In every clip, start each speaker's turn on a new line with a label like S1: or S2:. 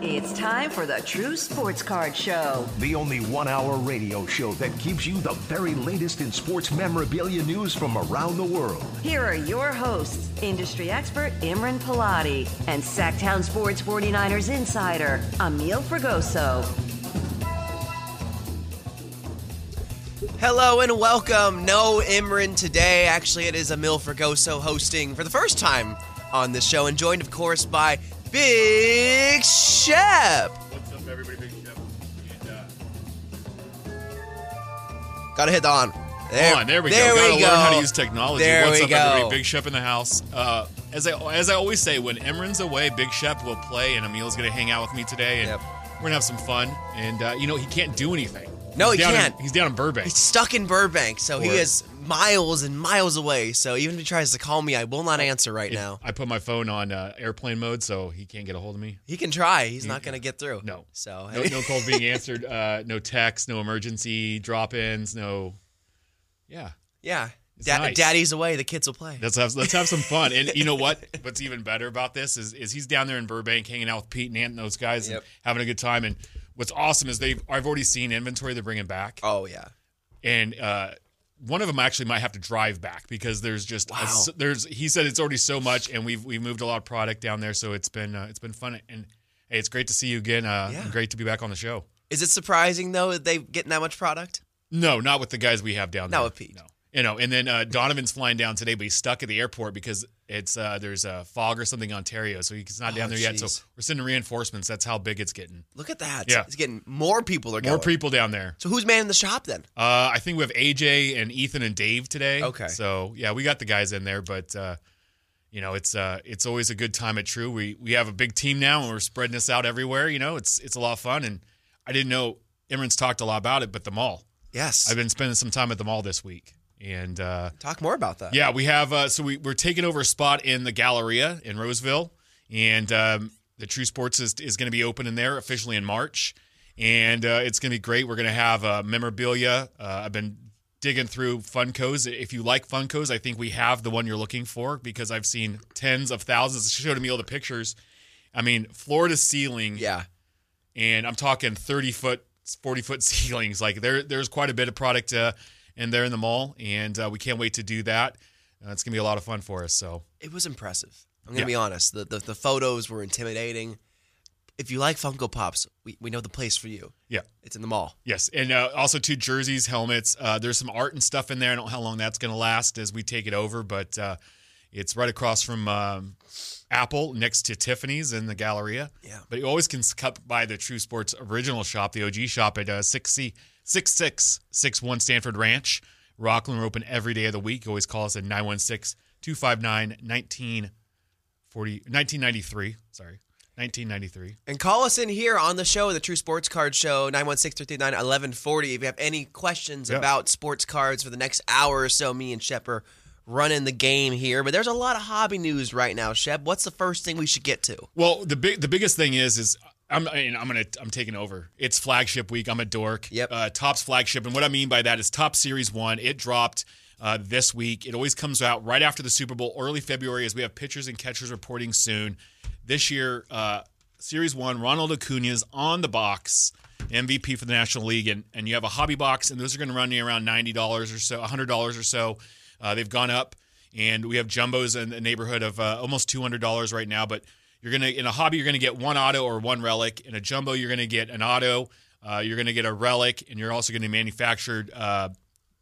S1: It's time for the True Sports Card Show.
S2: The only one hour radio show that gives you the very latest in sports memorabilia news from around the world.
S1: Here are your hosts, industry expert Imran Pilati and Sacktown Sports 49ers insider Emil Fragoso.
S3: Hello and welcome. No Imran today. Actually, it is Emil Fragoso hosting for the first time on this show, and joined, of course, by Big Shep.
S4: What's up, everybody? Big Chef. And, uh,
S3: Gotta hit the on.
S4: Come on, there we go. Gotta learn how to use technology.
S3: There
S4: What's
S3: we
S4: up,
S3: go.
S4: everybody? Big Shep in the house. Uh, as I as I always say, when Emran's away, Big Shep will play, and Emil's gonna hang out with me today, and
S3: Yep.
S4: we're gonna have some fun. And uh, you know, he can't do anything.
S3: No,
S4: He's
S3: he
S4: down in-
S3: can't.
S4: he's down in Burbank.
S3: He's stuck in Burbank, so he
S4: Or-
S3: is miles and miles away. So even if he tries to call me, I will not answer right now.
S4: Oh, I put my phone on uh, airplane mode, so he can't get a hold of me.
S3: He can try. He's not gonna get through.
S4: No.
S3: So
S4: No, no calls being answered. Uh, no texts. No emergency drop-ins. No. Yeah.
S3: yeah. Da-
S4: nice.
S3: Daddy's away. The kids will play.
S4: Let's have let's have some fun. And you know what? What's even better about this is is he's down there in Burbank hanging out with Pete and Ant and those guys
S3: Yep.
S4: and having a good time. And what's awesome is they've I've already seen inventory they're bringing back,
S3: oh yeah.
S4: and uh, one of them actually might have to drive back because there's just a
S3: Wow.
S4: s- there's he said it's already so much, and we've we've moved a lot of product down there, so it's been uh, it's been fun. And hey, it's great to see you again. Uh,
S3: Yeah.
S4: and Great to be back on the show.
S3: Is it surprising though that they've getting that much product?
S4: No, not with the guys we have down there.
S3: Not with Pete.
S4: No. You know, and then uh, Donovan's flying down today, but he's stuck at the airport because it's uh, there's a fog or something in Ontario, so he's not down
S3: Oh,
S4: there yet.
S3: jeez.
S4: So we're sending reinforcements. That's how big it's getting.
S3: Look at that.
S4: Yeah.
S3: It's getting more people are
S4: More
S3: going.
S4: people down there.
S3: so who's manning the shop then?
S4: Uh, I think we have AJ and Ethan and Dave today.
S3: Okay.
S4: So yeah, we got the guys in there, but uh, you know it's uh, it's always a good time at True. We we have a big team now, and we're spreading this out everywhere. You know, it's it's a lot of fun, and I didn't know Emran's talked a lot about it, but the mall.
S3: Yes.
S4: I've been spending some time at the mall this week, and uh,
S3: Talk more about that.
S4: Yeah, we have. Uh, so we, we're taking over a spot in the Galleria in Roseville, and um, the True Sports is, is going to be open in there officially in March, and uh, it's going to be great. We're going to have uh, memorabilia. Uh, I've been digging through Funkos. If you like Funkos, I think we have the one you're looking for because I've seen tens of thousands. She showed me all the pictures. I mean, floor to ceiling
S3: Yeah.
S4: and I'm talking 30 foot, 40 foot ceilings. Like there, there's quite a bit of product uh, in there in the mall, and uh, we can't wait to do that. Uh, it's gonna be a lot of fun for us. So
S3: It was impressive. I'm gonna
S4: Yeah.
S3: be honest. The, the the photos were intimidating. If you like Funko Pops, we, we know the place for you.
S4: yeah,
S3: It's in the mall.
S4: yes, and uh, also two jerseys, helmets. Uh, there's some art and stuff in there. I don't know how long that's gonna last as we take it over, but uh, it's right across from um, Apple, next to Tiffany's in the Galleria.
S3: Yeah.
S4: but you always can cut by the True Sports original shop, the OG shop at uh, 60 6661 Stanford Ranch. Rockland, we're open every day of the week. Always call us at 916 259 1993. Sorry, 1993.
S3: And call us in here on the show, the True Sports Card Show, 916 339 1140. If you have any questions
S4: Yeah.
S3: about sports cards for the next hour or so, me and Shep are running the game here. But there's a lot of hobby news right now, Shep. What's the first thing we should get to?
S4: Well, the big the biggest thing is is I'm I mean, I'm gonna I'm taking over. It's flagship week. I'm a dork.
S3: Yep.
S4: Uh, Top's flagship, and what I mean by that is Top Series One. It dropped. Uh, this week, it always comes out right after the Super Bowl, early February, as we have pitchers and catchers reporting soon. This year, uh, Series One, Ronald Acuna's on the box, MVP for the National League, and, and you have a hobby box, and those are going to run you around ninety dollars or so, hundred dollars or so. Uh, they've gone up, and we have jumbos in the neighborhood of uh, almost two hundred dollars right now. But you're gonna in a hobby, you're gonna get one auto or one relic. In a jumbo, you're gonna get an auto. Uh, you're gonna get a relic, and you're also gonna manufactured uh,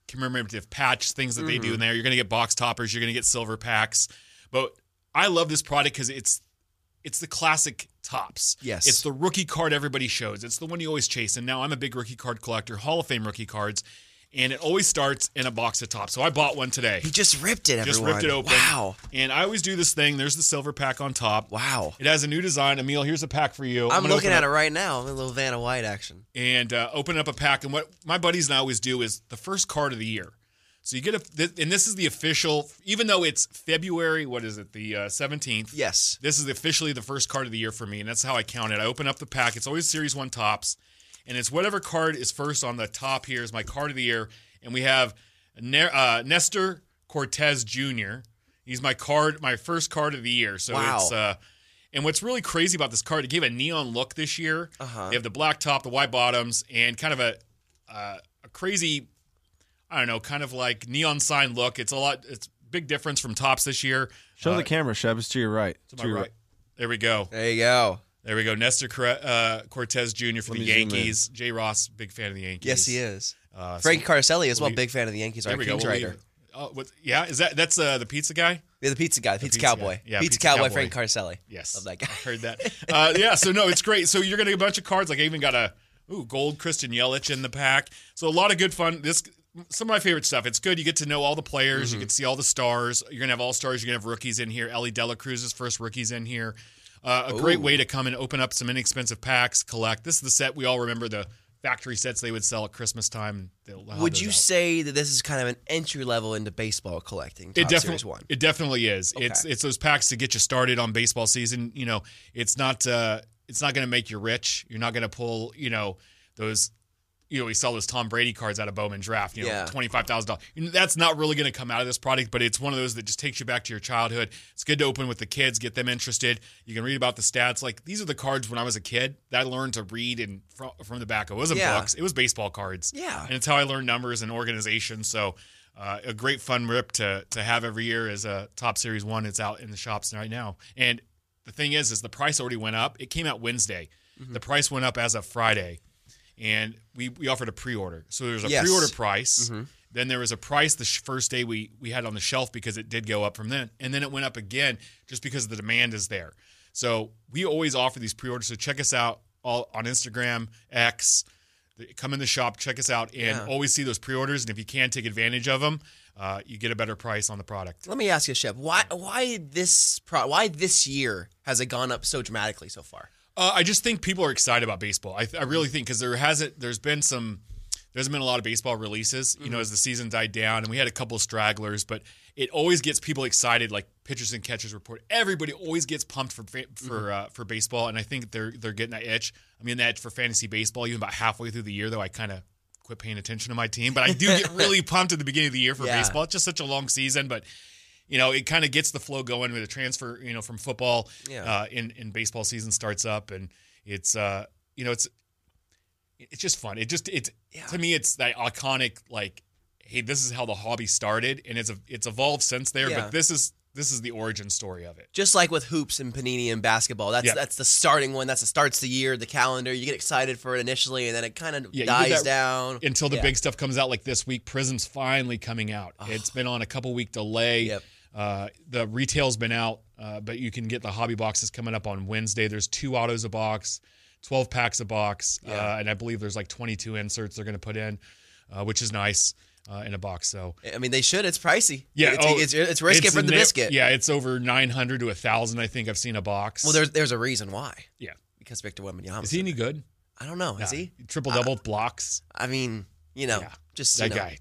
S4: commemorative patch things that they do in there. You're gonna get box toppers. You're gonna get silver packs. But I love this product because it's it's the classic tops.
S3: Yes.
S4: It's the rookie card everybody shows. It's the one you always chase. And now I'm a big rookie card collector, Hall of Fame rookie cards, and it always starts in a box of tops. So I bought one today.
S3: He just ripped it,
S4: Just
S3: everyone.
S4: ripped it open.
S3: Wow.
S4: And I always do this thing. There's the silver pack on top.
S3: Wow.
S4: It has a new design. Emil, here's a pack for you.
S3: I'm
S4: gonna
S3: looking
S4: open
S3: at
S4: up-
S3: it right now. I'm in a little Vanna White action.
S4: and uh, open up a pack. And what my buddies and I always do is the first card of the year. So you get a, th- and this is the official, even though it's February, what is it, the uh, 17th?
S3: Yes.
S4: This is officially the first card of the year for me, and that's how I count it. I open up the pack. It's always Series 1 tops, and it's whatever card is first on the top here is my card of the year. And we have ne- uh, Nestor Cortez Jr. He's my card, my first card of the year. So
S3: Wow.
S4: it's, uh, And what's really crazy about this card, it gave a neon look this year. They have the black top, the white bottoms, and kind of a uh, a crazy, I don't know, kind of like neon sign look. It's a lot. It's big difference from tops this year.
S5: Show the camera, Shep. It's to your right. To
S4: Am I right? There we go.
S3: There you go.
S4: There we go. Nestor Cor- uh, Cortez Jr. for the
S5: me zoom in.
S4: Yankees. Jay Ross, big fan of the Yankees.
S3: Yes, he is.
S4: Uh, so-
S3: Frank Carselli as well,
S4: we-
S3: big fan of the Yankees. Our
S4: There we go.
S3: Kings
S4: We'll
S3: writer.
S4: leave- Oh, what, yeah, is that that's uh, the pizza guy?
S3: Yeah, the pizza guy, the pizza,
S4: pizza guy.
S3: cowboy.
S4: Yeah,
S3: pizza,
S4: pizza
S3: cowboy,
S4: cowboy.
S3: Frank Carselli.
S4: Yes,
S3: Love that guy.
S4: I heard that. Uh, yeah, so no, it's great. So you're gonna get a bunch of cards. Like I even got a ooh gold Christian Yelich in the pack. So a lot of good fun. This some of my favorite stuff. It's good. You get to know all the players.
S3: Mm-hmm.
S4: You can see all the stars. You're gonna have all stars. You're gonna have rookies in here. Ellie Dela Cruz's first rookies in here. Uh, a great way to come and open up some inexpensive packs. Collect. This is the set we all remember. The factory sets they would sell at Christmas time. They'll have
S3: Would
S4: those
S3: you
S4: out.
S3: say that this is kind of an entry level into baseball collecting? Top
S4: It
S3: Series
S4: definitely,
S3: one.
S4: it definitely is. It's it's those packs to get you started on baseball season. You know, it's not uh, it's not going to make you rich. You're not going to pull you know those you know we sell those Tom Brady cards out of Bowman Draft. You know,
S3: Yeah.
S4: twenty five thousand dollars. That's not really going to come out of this product, but it's one of those that just takes you back to your childhood. It's good to open with the kids, get them interested. You can read about the stats. Like these are the cards when I was a kid that I learned to read and from, from the back. It wasn't
S3: Yeah.
S4: books. It was baseball cards.
S3: Yeah.
S4: And it's how I learned numbers and organization. So uh, a great fun rip to to have every year is a top series one. It's out in the shops right now. And the thing is, is the price already went up. It came out Wednesday. The price went up as of Friday, and we we offered a pre order. So there's a
S3: Yes.
S4: pre order price. Then there was a price the sh- first day we we had on the shelf because it did go up from then, and then it went up again just because the demand is there. So we always offer these pre orders. So check us out all on Instagram, X, th- come in the shop, check us out, and always see those pre-orders. And if you can take advantage of them, uh, you get a better price on the product.
S3: Let me ask you, Shep. Why why this pro, why this year has it gone up so dramatically so far?
S4: Uh, I just think people are excited about baseball. I, I really think because there hasn't, there's been some, there's been a lot of baseball releases. You know, as the season died down, and we had a couple of stragglers, but it always gets people excited. Like pitchers and catchers report, everybody always gets pumped for fa- for uh, for baseball, and I think they're they're getting that itch. I mean, that itch for fantasy baseball. Even about halfway through the year, though, I kind of quit paying attention to my team, but I do get really pumped at the beginning of the year for
S3: Yeah.
S4: baseball. It's just such a long season, but you know, it kind of gets the flow going with a transfer, you know, from football.
S3: Yeah.
S4: Uh, in in baseball season starts up, and it's uh, you know, it's it's just fun. It just it's to me, it's that iconic like, hey, this is how the hobby started, and it's it's evolved since there.
S3: Yeah.
S4: But this is this is the origin story of it.
S3: Just like with hoops and panini and basketball, that's
S4: Yeah.
S3: that's the starting one. That's the starts the year, the calendar. You get excited for it initially, and then it kind of
S4: Yeah, you get
S3: dies
S4: that-
S3: down
S4: until the
S3: Yeah.
S4: big stuff comes out like this week prism's finally coming out it's been on a couple week delay
S3: Yep.
S4: uh, the retail's been out uh, but you can get the hobby boxes coming up on wednesday there's two autos a box 12 packs a box uh, and i believe there's like 22 inserts they're going to put in uh, which is nice uh, in a box so
S3: I mean, they should. It's pricey.
S4: yeah
S3: it's
S4: oh,
S3: it's, it's risky for
S4: a
S3: the
S4: na-
S3: biscuit.
S4: yeah it's over 900 to 1000 i think i've seen a box
S3: Well, there's there's a reason why
S4: yeah
S3: because Victor Wembanyama.
S4: is he any good
S3: I don't know. Is
S4: Nah.
S3: he?
S4: triple double blocks
S3: I mean, you know,
S4: Yeah.
S3: just you
S4: that
S3: know,
S4: guy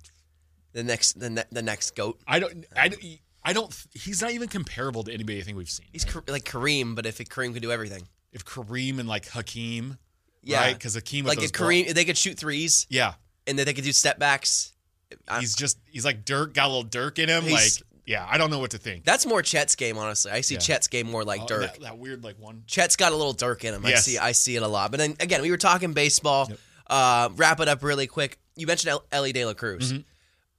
S3: the next the, ne- the next goat.
S4: i don't i don't I don't. He's not even comparable to anybody I think we've seen.
S3: He's Kar- like Kareem, but if Kareem could do everything,
S4: if Kareem and like Hakeem,
S3: yeah,
S4: right? Because Hakeem with
S3: like
S4: those
S3: if Kareem, if they could shoot threes
S4: blo- yeah,
S3: and then they could do step backs. I-
S4: he's just he's like Dirk got a little Dirk in him. Like
S3: He's-
S4: yeah, I don't know what to think.
S3: that's more Chet's game, honestly. I see
S4: Yeah.
S3: Chet's game more like
S4: Oh,
S3: Dirk.
S4: that, that weird like one.
S3: Chet's got a little Dirk in him. I
S4: Yes.
S3: see, I see it a lot. But then again, we were talking baseball. Uh, wrap it up really quick. You mentioned El- Ellie De La Cruz.
S4: Mm-hmm.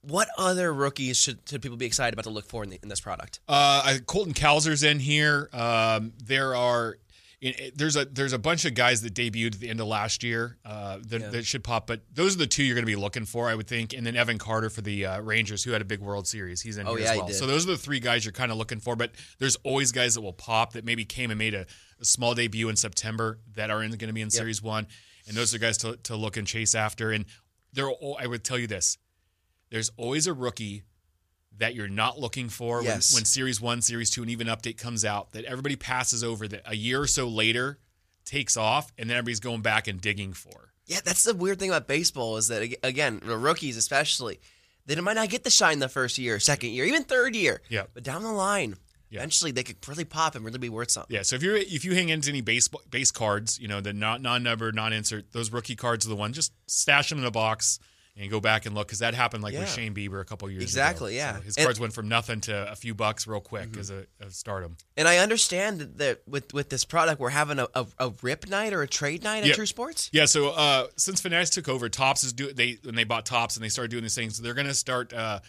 S3: What other rookies should, should people be excited about to look for in, the, in this product?
S4: Uh, I- Colton Cowser's in here. Um, there are. in- it- There's a there's a bunch of guys that debuted at the end of last year uh, that, that should pop, but those are the two you're going to be looking for, I would think. And then Evan Carter for the uh, Rangers, who had a big World Series, he's in
S3: Oh,
S4: here
S3: yeah,
S4: as
S3: he
S4: well.
S3: did.
S4: So those are the three guys you're kind of looking for. But there's always guys that will pop that maybe came and made a, a small debut in September that are going to be in Series One, and those are guys to, to look and chase after. And there, are al- I would tell you this: there's always a rookie that you're not looking for
S3: Yes.
S4: when, when series one, series two, and even update comes out that everybody passes over that a year or so later takes off and then everybody's going back and digging for.
S3: Yeah, that's the weird thing about baseball is that ag- again, the rookies especially, they might not get the shine the first year, second year, even third year.
S4: Yeah.
S3: But down the line, eventually they could really pop and really be worth something.
S4: Yeah. So if you're if you hang into any base base cards, you know, the non non number, non insert, those rookie cards are the one. Just stash them in a box and go back and look because that happened like with
S3: Yeah.
S4: Shane Bieber a couple years
S3: Exactly,
S4: ago.
S3: yeah.
S4: So
S3: And-
S4: his
S3: Mm-hmm.
S4: cards went from nothing to a few bucks real quick as a of stardom.
S3: And I understand that, that with with this product, we're having a, a, a rip night or a trade night
S4: Yeah.
S3: at True Sports.
S4: Yeah, so uh, since Fanatics took over, Tops is do they when they bought Tops and they started doing these things. They're going to start uh,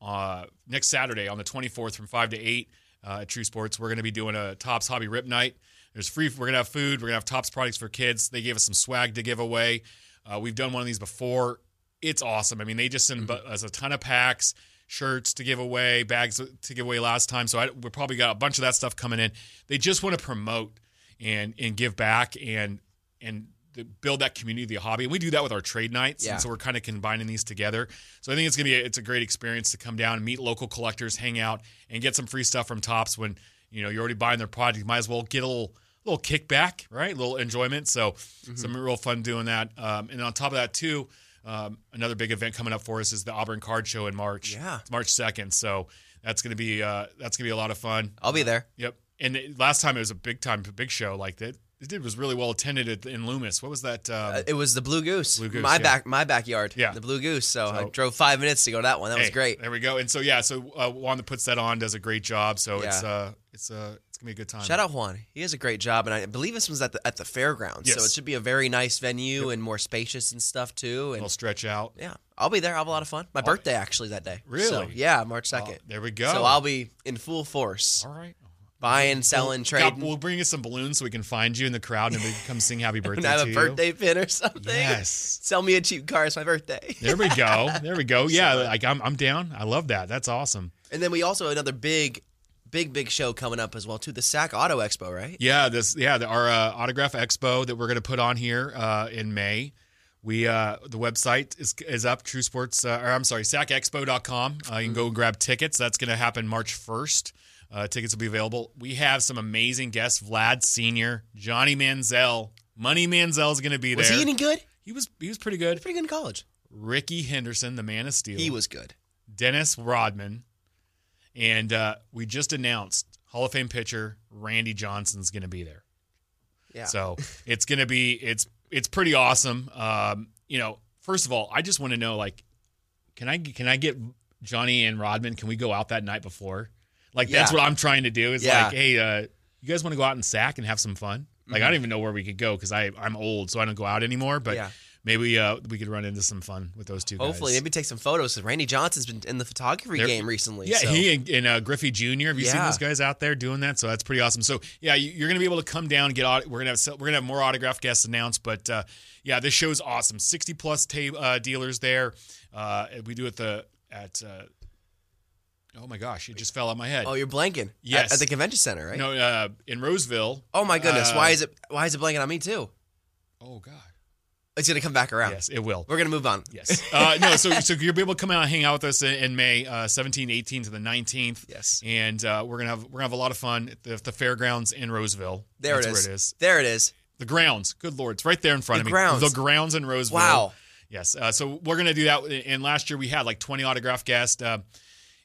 S4: uh, next Saturday on the 24th from five to eight uh, at True Sports. We're going to be doing a Tops Hobby Rip Night. There's free. We're going to have food. We're going to have Tops products for kids. They gave us some swag to give away. Uh, we've done one of these before. It's awesome. I mean, they just sent bu- us a ton of packs, shirts to give away, bags to give away last time. So I, we probably got a bunch of that stuff coming in. They just want to promote and and give back and and the, build that community of the hobby. And we do that with our trade nights.
S3: Yeah.
S4: And so we're kind of combining these together. So I think it's gonna be a, it's a great experience to come down and meet local collectors, hang out, and get some free stuff from Tops. When you know you're already buying their product, you might as well get a little little kickback, right? A little enjoyment. So some real fun doing that. Um, and on top of that too. Um, another big event coming up for us is the Auburn Card Show in March.
S3: Yeah.
S4: It's March second, so that's gonna be uh, that's gonna be a lot of fun.
S3: I'll be there.
S4: Yep. And it- last time it was a big time, big show like that. It did was really well attended at, in Loomis. What was that? Um,
S3: Uh, It was the Blue Goose,
S4: Blue Goose,
S3: my
S4: yeah.
S3: back, my backyard.
S4: Yeah.
S3: the Blue Goose. So, I
S4: So-
S3: drove five minutes to go to that one. That was
S4: hey,
S3: great.
S4: There we go. And so yeah, so uh, Juan that puts that on does a great job. So it's
S3: Yeah.
S4: uh, it's uh, it's gonna be a good time.
S3: Shout out Juan. He does a great job, and I believe this was at the at the fairgrounds. So
S4: Yes.
S3: it should be a very nice venue and more spacious and stuff too. And
S4: Little stretch out.
S3: yeah, I'll be there. I'll have a lot of fun. My birthday actually that day.
S4: Really?
S3: So, yeah, March second.
S4: there we go.
S3: So I'll be in full force,
S4: All right.
S3: buying, selling,
S4: God,
S3: trading.
S4: we'll bring you some balloons so we can find you in the crowd and we can come sing happy birthday
S3: and have
S4: to
S3: a
S4: you.
S3: birthday pin or something.
S4: Yes.
S3: Sell me a cheap car. It's my birthday.
S4: There we go. There we go. Yeah, like I'm I'm down. I love that. That's awesome.
S3: And then we also have another big, big, big show coming up as well too. The SAC Auto Expo, right?
S4: Yeah, this yeah the, our uh, autograph expo that we're going to put on here uh, in May. We uh, the website is is up. True Sports, uh, or I'm sorry, SackExpo.com. Uh, you can
S3: Mm-hmm.
S4: go and grab tickets. That's going to happen March 1st. Uh, tickets will be available. We have some amazing guests: Vlad Senior, Johnny Manziel, Money Manziel is going to be there.
S3: Was he any good?
S4: He was he was pretty good.
S3: Pretty good in college.
S4: Ricky Henderson, the Man of Steel.
S3: He was good.
S4: Dennis Rodman, and uh, we just announced Hall of Fame pitcher Randy Johnson's going to be there.
S3: Yeah.
S4: So it's gonna be it's it's pretty awesome. Um, you know, first of all, I just want to know like, can I can I get Johnny and Rodman? Can we go out that night before? Like that's
S3: Yeah.
S4: what I'm trying to do. Is
S3: Yeah. Mm-hmm.
S4: like, hey, uh, you guys want to go out and sack and have some fun? Like I don't even know where we could go because I I'm old, so I don't go out anymore. But
S3: Yeah.
S4: maybe uh, we could run into some fun with those two.
S3: Hopefully,
S4: guys.
S3: maybe take some photos. 'cause Randy Johnson's been in the photography
S4: They're-
S3: game recently.
S4: Yeah,
S3: so.
S4: he and, and uh, Griffey Jr. Have you seen
S3: Yeah.
S4: those guys out there doing that? So that's pretty awesome. So yeah, you, you're gonna be able to come down. And get aut- we're gonna have se- we're gonna have more autograph guests announced. But uh, yeah, this show's awesome. Sixty plus ta- uh, dealers there. Uh, we do it the at. Uh, oh my gosh, it just fell out my head.
S3: Oh, you're blanking. At-
S4: Yes.
S3: At, the convention center, right?
S4: no, uh, in Roseville.
S3: Oh my goodness,
S4: Uh,
S3: why is it why is it blanking on me too?
S4: Oh god.
S3: It's gonna come back around.
S4: Yes, it will.
S3: We're gonna move on.
S4: Yes. Uh, no, so, so you'll be able to come out and hang out with us in, in May, uh, 17, 18 to the 19th.
S3: Yes.
S4: And uh, we're going to have we're gonna have a lot of fun at the, the fairgrounds in Roseville.
S3: There
S4: That's
S3: it is.
S4: where it is.
S3: There it is.
S4: The grounds. Good Lord. It's right there in front
S3: The
S4: of me.
S3: grounds.
S4: The grounds in Roseville.
S3: Wow.
S4: Yes. Uh, so we're going to do that. And last year we had like 20 autograph guests. Uh,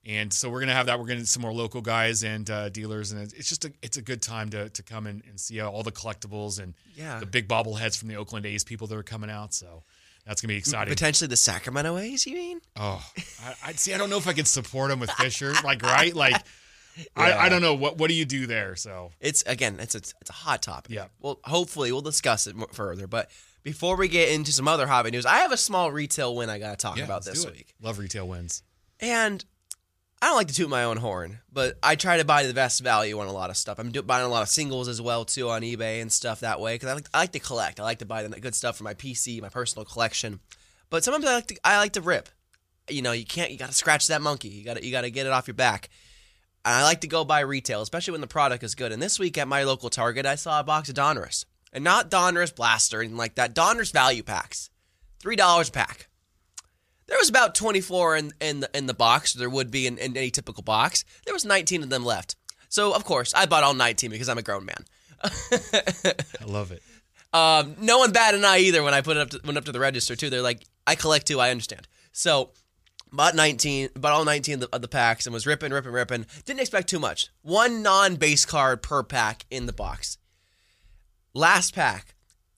S4: and so we're going to have that. We're going to some more local guys and uh, dealers. And it's just a, it's a good time to, to come and, and see all the collectibles and
S3: Yeah.
S4: the big bobbleheads from the Oakland A's people that are coming out. So that's going to be exciting.
S3: Potentially the Sacramento A's, you mean?
S4: Oh, I, I see. I don't know if I can support him with Fisher. Like, right? Like, I, I don't know what what do you do there. So
S3: It's again, it's a it's a hot topic.
S4: Yeah.
S3: Well, hopefully we'll discuss it more further. But before we get into some other hobby news, I have a small retail win I gotta talk
S4: Yeah,
S3: about
S4: let's
S3: this
S4: do it.
S3: week.
S4: love retail wins.
S3: And I don't like to toot my own horn, but I try to buy the best value on a lot of stuff. I'm do- buying a lot of singles as well too on eBay and stuff that way because I like I like to collect. I like to buy the good stuff for my PC, my personal collection. But sometimes I like to I like to rip. You know, you can't. You got to scratch that monkey. You got to you got to get it off your back. And I like to go buy retail, especially when the product is good. And this week at my local Target, I saw a box of Donruss, and not Donruss Blaster or anything like that. Donruss value packs, three dollars a pack. There was about 24 in in the, in the box. There would be in, in any typical box. There was 19 of them left. So of course, I bought all 19 because I'm a grown man.
S4: I love it.
S3: Um, no one bad an eye either when I put it up to, went up to the register too. They're like, I collect too. I understand. So bought 19, bought all 19 of the, of the packs and was ripping, ripping, ripping. Didn't expect too much. One non-base card per pack in the box. Last pack,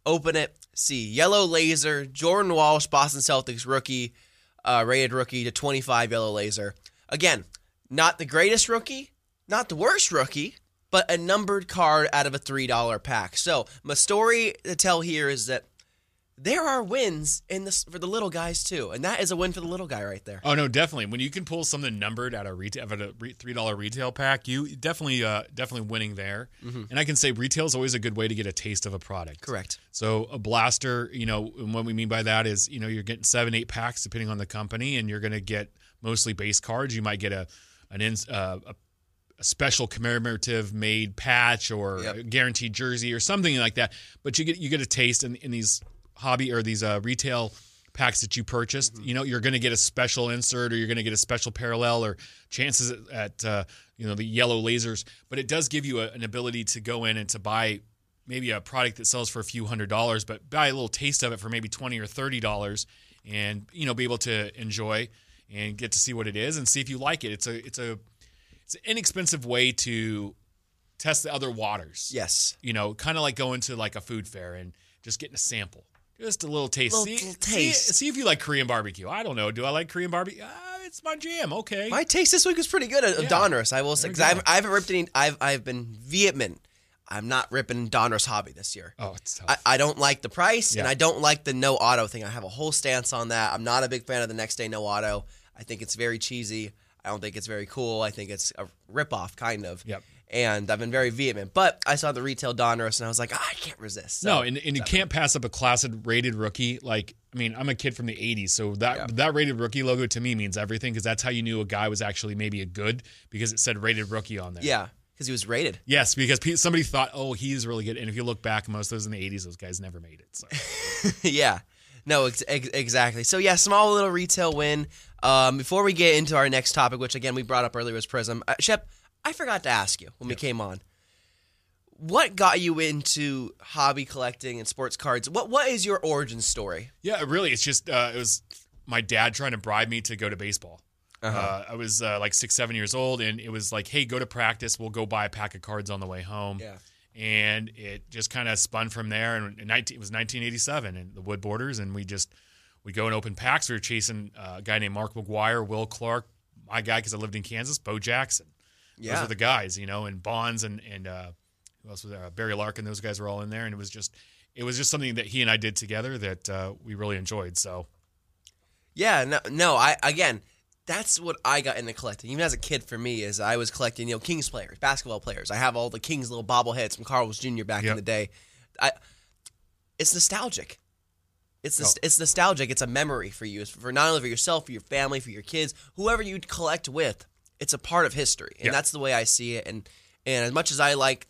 S3: open it, C. Yellow laser. Jordan Walsh, Boston Celtics rookie, uh, rated rookie to 25 yellow laser. Again, not the greatest rookie, not the worst rookie, but a numbered card out of a $3 pack. So, my story to tell here is that there are wins in this for the little guys too, and that is a win for the little guy right there.
S4: Oh no, definitely. When you can pull something numbered out of retail, out of a re- three dollar retail pack, you definitely, uh, definitely winning there. And I can say retail is always a good way to get a taste of a product.
S3: Mm-hmm. Correct.
S4: So a blaster, you know, and what we mean by that is, you know, you're getting seven, eight packs depending on the company, and you're going to get mostly base cards. You might get a an ins uh, a, a special commemorative made patch or
S3: Yep.
S4: a guaranteed jersey or something like that. But you get you get a taste in, in these hobby or these uh, retail packs that you purchased. You know, you're going to get a special insert or you're going to get a special parallel or chances at, at uh, you know the yellow lasers. But it does give you a, an ability to go in and to buy maybe a product that sells for a few hundred dollars, but buy a little taste of it for maybe twenty or thirty dollars, and you know be able to enjoy and get to see what it is and see if you like it. It's a it's a it's an inexpensive way to test the other waters.
S3: Yes.
S4: you know, kind of like going to like a food fair and just getting a sample, just a little taste.
S3: Little-
S4: see,
S3: little
S4: see-
S3: taste.
S4: see if you like Korean barbecue. I don't know. Do I like Korean barbecue? Ah, it's my jam. Okay.
S3: My taste this week was pretty good. Yeah. Donruss, I will say,
S4: we
S3: 'cause I
S4: go.
S3: haven't, I haven't ripped any. I've I've been vehement. I'm not ripping Donruss hobby this year.
S4: oh, it's tough.
S3: I, I don't like the price, and
S4: Yeah.
S3: I don't like the no auto thing. I have a whole stance on that. I'm not a big fan of the next day no auto. I think it's very cheesy. I don't think it's very cool. I think it's a ripoff, kind of.
S4: Yep.
S3: And I've been very vehement, but I saw the retail Donruss, and I was like, "Ah, I can't resist. So,
S4: No, and, and you can't pass up a classic rated rookie. Like, I mean, I'm a kid from the 80s, so that that rated rookie logo to me means everything because that's how you knew a guy was actually maybe a good because it said rated rookie on there.
S3: yeah, because he was rated.
S4: Yes, because pe- somebody thought, oh, he's really good. And if you look back, most of those in the 80s, those guys never made it. So.
S3: yeah. No, ex- ex- exactly. So yeah, small little retail win. Um, before we get into our next topic, which again we brought up earlier was Prism. Uh, Shep, I forgot to ask you when we came on. What got you into hobby collecting and sports cards? What what is your origin story?
S4: Yeah, really. It's just uh, it was my dad trying to bribe me to go to baseball. uh
S3: Uh-huh.
S4: I was uh, like six, seven years old, and it was like, "Hey, go to practice. We'll go buy a pack of cards on the way home."
S3: Yeah.
S4: And it just kind of spun from there. And in 19, it was 1987, and the Wood Borders, and we just we go and open packs. We were chasing uh, a guy named Mark McGuire, Will Clark, my guy because I lived in Kansas, Bo Jackson. Those
S3: Yeah.
S4: were the guys, you know, and Bonds and and uh, who else was there? Uh, Barry Larkin. Those guys were all in there, and it was just it was just something that he and I did together that uh, we really enjoyed. So
S3: Yeah, no, no. I again, that's what I got into collecting. Even as a kid, for me, is I was collecting you know Kings players, basketball players. I have all the Kings little bobbleheads from Carl Wills Jr. back in
S4: Yep.
S3: the day. I, it's nostalgic. It's nos- it's nostalgic. It's a memory for you. It's for not only for yourself, for your family, for your kids, whoever you collect with. It's a part of history, and
S4: Yeah.
S3: that's the way I see it. And and as much as I like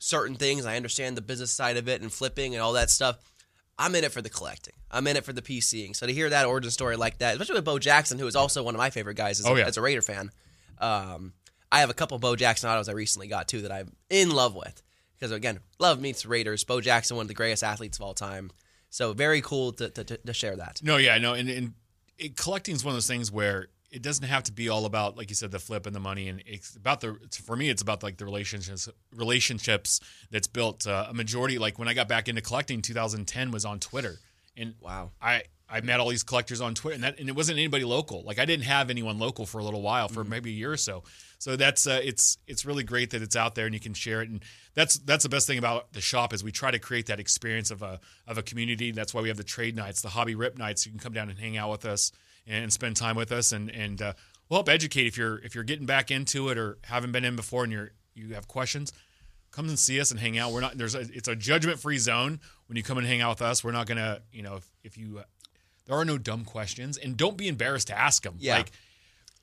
S3: certain things. I understand the business side of it and flipping and all that stuff. I'm in it for the collecting. I'm in it for the PCing. So to hear that origin story like that, especially with Bo Jackson, who is also one of my favorite guys as,
S4: Oh,
S3: a,
S4: yeah.
S3: as a Raider fan, um, I have a couple Bo Jackson autos I recently got too that I'm in love with. Because again, love meets Raiders. Bo Jackson, one of the greatest athletes of all time. So very cool to, to, to- to share that.
S4: no, yeah, no, and and it, collecting is one of those things where it doesn't have to be all about like you said the flip and the money, and it's about the it's- for me it's about like the relationships relationships that's built. Uh, a majority like when I got back into collecting, 2010 was on Twitter, and
S3: Wow.
S4: I I met all these collectors on Twitter, and that and it wasn't anybody local. Like I didn't have anyone local for a little while, for maybe a year or so. So that's uh, it's it's really great that it's out there and you can share it. And that's that's the best thing about the shop is we try to create that experience of a of a community. That's why we have the trade nights, the hobby rip nights. You can come down and hang out with us and spend time with us, and and uh, we'll help educate if you're if you're getting back into it or haven't been in before and you're you have questions come and see us and hang out. We're not there's a, it's a judgment free zone when you come and hang out with us. We're not gonna you know if if you uh, there are no dumb questions and don't be embarrassed to ask them.
S3: Yeah.
S4: Like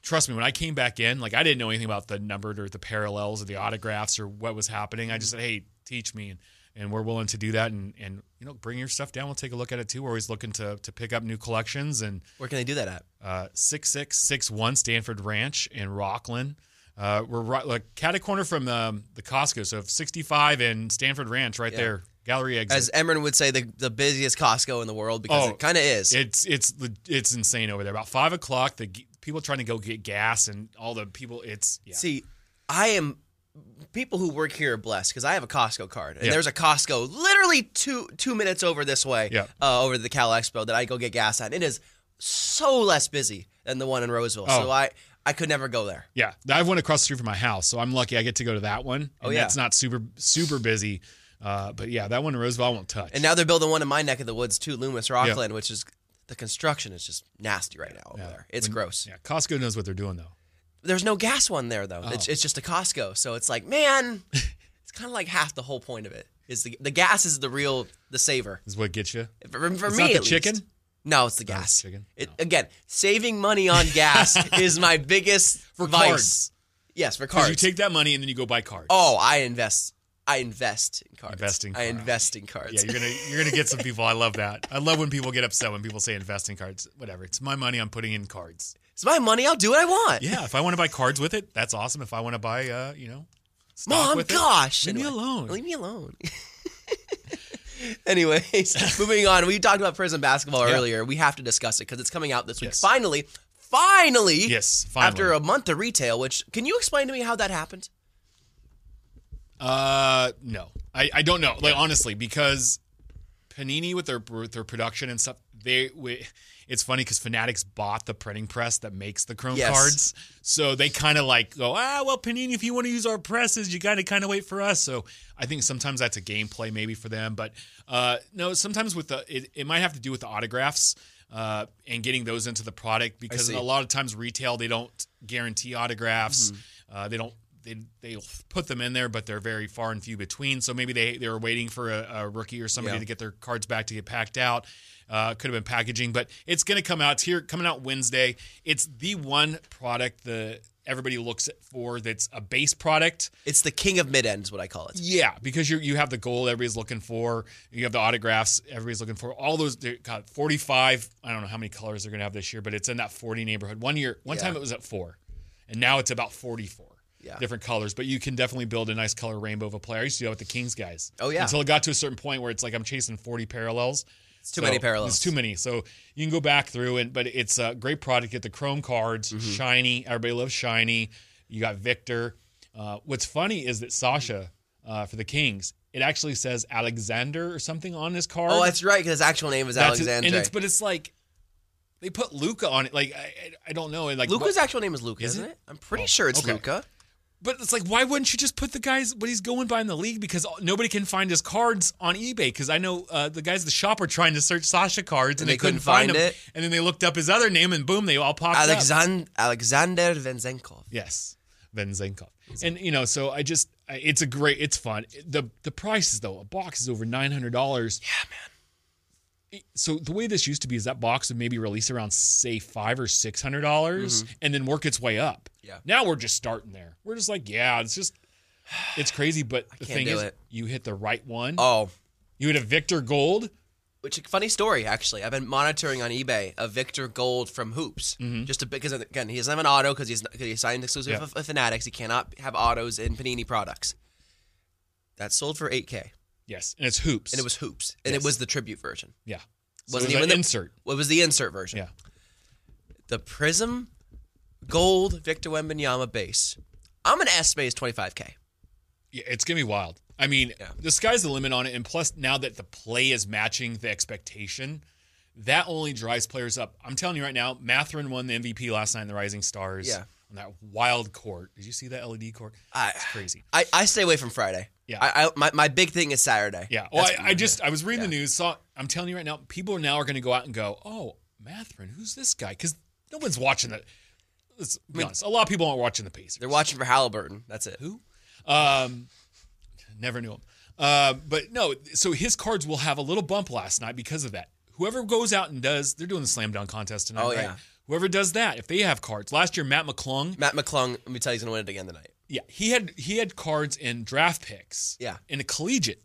S4: trust me, when I came back in, like I didn't know anything about the numbered or the parallels or the autographs or what was happening. I just said, hey, teach me, and, and we're willing to do that. And and you know, bring your stuff down. We'll take a look at it too. We're always looking to to pick up new collections and
S3: Where can they do that at?
S4: uh, 6661 Stanford Ranch in Rockland. Uh, we're right, like cat a corner from um, the Costco. So if 65 and Stanford Ranch right there, gallery exit.
S3: As Emron would say, the, the busiest Costco in the world because
S4: Oh,
S3: it kind of is.
S4: it's it's le- it's insane over there. About five o'clock, the g- people trying to go get gas and all the people. It's yeah.
S3: See, I am people who work here are blessed because I have a Costco card, and
S4: Yeah.
S3: there's a Costco literally two two minutes over this way,
S4: Yeah.
S3: uh, over the Cal Expo that I go get gas at. And it is so less busy than the one in Roseville, so
S4: Oh.
S3: I I could never go there.
S4: Yeah, I have one across the street from my house, so I'm lucky I get to go to that one. And
S3: Oh, yeah.
S4: that's not super super busy, uh, but yeah, that one in Roosevelt I won't touch.
S3: And now they're building one in my neck of the woods too, Loomis, Rockland, which is the construction is just nasty right now over there. It's gross.
S4: yeah, Costco knows what they're doing though.
S3: There's no gas one there though.
S4: Oh.
S3: It's, it's just a Costco, so it's like man, it's kind of like half the whole point of it is the the gas is the real the savor
S4: Is what gets you.
S3: for, for
S4: It's
S3: me.
S4: not the
S3: at least.
S4: chicken?
S3: No, it's the gas.
S4: chicken?
S3: It, Again, saving money on gas is my biggest for vice.
S4: cards.
S3: Yes, for
S4: Because
S3: cards.
S4: you take that money and then you go buy cards.
S3: oh, I invest. I invest in cards.
S4: Invest in
S3: I
S4: cards.
S3: invest in cards.
S4: Yeah, you're gonna you're gonna get some people. I love that. I love when people get upset when people say invest in cards. Whatever, it's my money. I'm putting in cards.
S3: it's my money. I'll do what I want.
S4: Yeah, if I want to buy cards with it, that's awesome. If I want to buy, uh, you know, stock
S3: Mom,
S4: with it,
S3: gosh.
S4: leave me
S3: Anyway,
S4: alone.
S3: Leave me alone. Anyways, moving on. We talked about prison basketball
S4: Yeah.
S3: earlier. We have to discuss it because it's coming out this week.
S4: Yes.
S3: Finally, finally.
S4: Yes, finally.
S3: After a month of retail, which can you explain to me how that happened?
S4: Uh, no, I, I don't know. Like honestly, because Panini with their with their production and stuff, they we, it's funny because Fanatics bought the printing press that makes the Chrome
S3: Yes.
S4: cards, so they kind of like go ah well Panini, if you want to use our presses, you got to kind of wait for us. So I think sometimes that's a gameplay maybe for them, but uh, no, sometimes with the it, it might have to do with the autographs. Uh, and getting those into the product because
S3: see.
S4: a lot of times retail they don't guarantee autographs. Uh, they don't they they put them in there, but they're very far and few between. So maybe they they were waiting for a, a rookie or somebody
S3: Yeah.
S4: to get their cards back to get packed out. Uh, could have been packaging, but it's going to come out. It's here coming out Wednesday. It's the one product that everybody looks at for that's a base product.
S3: It's the king of mid end, is what I call it.
S4: Yeah, because you you have the goal everybody's looking for. You have the autographs everybody's looking for. All those they got 45. I don't know how many colors they're going to have this year, but it's in that 40 neighborhood. One year, one
S3: Yeah.
S4: time it was at 4. And now it's about 44.
S3: Yeah.
S4: Different colors, but you can definitely build a nice color rainbow of a player. I used to do that with the Kings guys.
S3: Oh, yeah.
S4: Until it got to a certain point where it's like I'm chasing 40 parallels. It's
S3: too many parallels.
S4: It's too many. So you can go back through and but it's a great product. Get the chrome cards,
S3: Mm-hmm.
S4: shiny. Everybody loves shiny. You got Victor. Uh, what's funny is that Sasha uh, for the Kings, it actually says Alexander or something on his card.
S3: Oh, that's right, because his actual name is
S4: That's his-
S3: Alexander.
S4: and it's but it's like they put Luca on it. Like I, I- I don't know. And like
S3: Luca's
S4: what-
S3: actual name is Luca,
S4: Is
S3: is not
S4: it? Oh,
S3: it? I'm pretty sure it's
S4: okay.
S3: Luca.
S4: But it's like, why wouldn't you just put the guys what he's going by in the league? Because nobody can find his cards on eBay. Because I know uh, the guys at the shop were trying to search Sasha cards and,
S3: they
S4: they, couldn't,
S3: couldn't
S4: find,
S3: find
S4: them.
S3: it.
S4: And then they looked up his other name, and boom, they all popped up.
S3: Alexand- Alexander Venzenkov.
S4: Yes, Venzenkov. And you know, so I just, I- it's a great, it's fun. the The prices though, a box is over nine hundred dollars. Yeah, man. So the way this used to be is that box would maybe release around say five or six hundred dollars, and then work its way up.
S3: Mm-hmm. Yeah.
S4: Now we're just starting there. We're just like, yeah, it's just, it's crazy. But the
S3: can't
S4: thing
S3: do
S4: is,
S3: it.
S4: you hit the right one.
S3: Oh,
S4: You hit a Victor Gold.
S3: which funny story actually. I've been monitoring on eBay a Victor Gold from Hoops just a bit because again he doesn't have an auto because he's because he's signed exclusive
S4: Mm-hmm. Yeah.
S3: with with Fanatics. He cannot have autos in Panini products. That sold for 8k,
S4: Yes, and it's hoops.
S3: and it was Hoops, and it was the tribute version.
S4: yeah. So
S3: Wasn't
S4: it was
S3: even
S4: an
S3: the-
S4: insert.
S3: Well, it was the insert version.
S4: Yeah.
S3: The Prism Gold Victor Wembanyama base. I'm gonna estimate it's 25k.
S4: Yeah, it's gonna be wild. I mean, the sky's the limit on it, and plus now that the play is matching the expectation, that only drives players up. I'm telling you right now, Matherin won the MVP last night in the Rising Stars.
S3: Yeah.
S4: On that wild court. Did you see that LED court?
S3: I-
S4: it's crazy.
S3: I, I stay away from Friday.
S4: Yeah.
S3: I, I my, my big thing is Saturday.
S4: Yeah. Well,
S3: That's-
S4: I, I just I was reading the news. Saw. I'm telling you right now, people now are going to go out and go, "Oh, Matherin, who's this guy?" Because no one's watching that. Let's be honest. A lot of people aren't watching the Pacers.
S3: they're watching for Halliburton. That's it. Who?
S4: Um, never knew him. Uh, but no, so his cards will have a little bump last night because of that. Whoever goes out and does, they're doing the slam dunk contest tonight.
S3: Oh,
S4: right?
S3: yeah.
S4: Whoever does that, if they have cards. Last year, Matt McClung,
S3: Matt McClung. Let me tell you, he's gonna win it again tonight.
S4: yeah, he had he had cards in draft picks.
S3: Yeah.
S4: In a collegiate.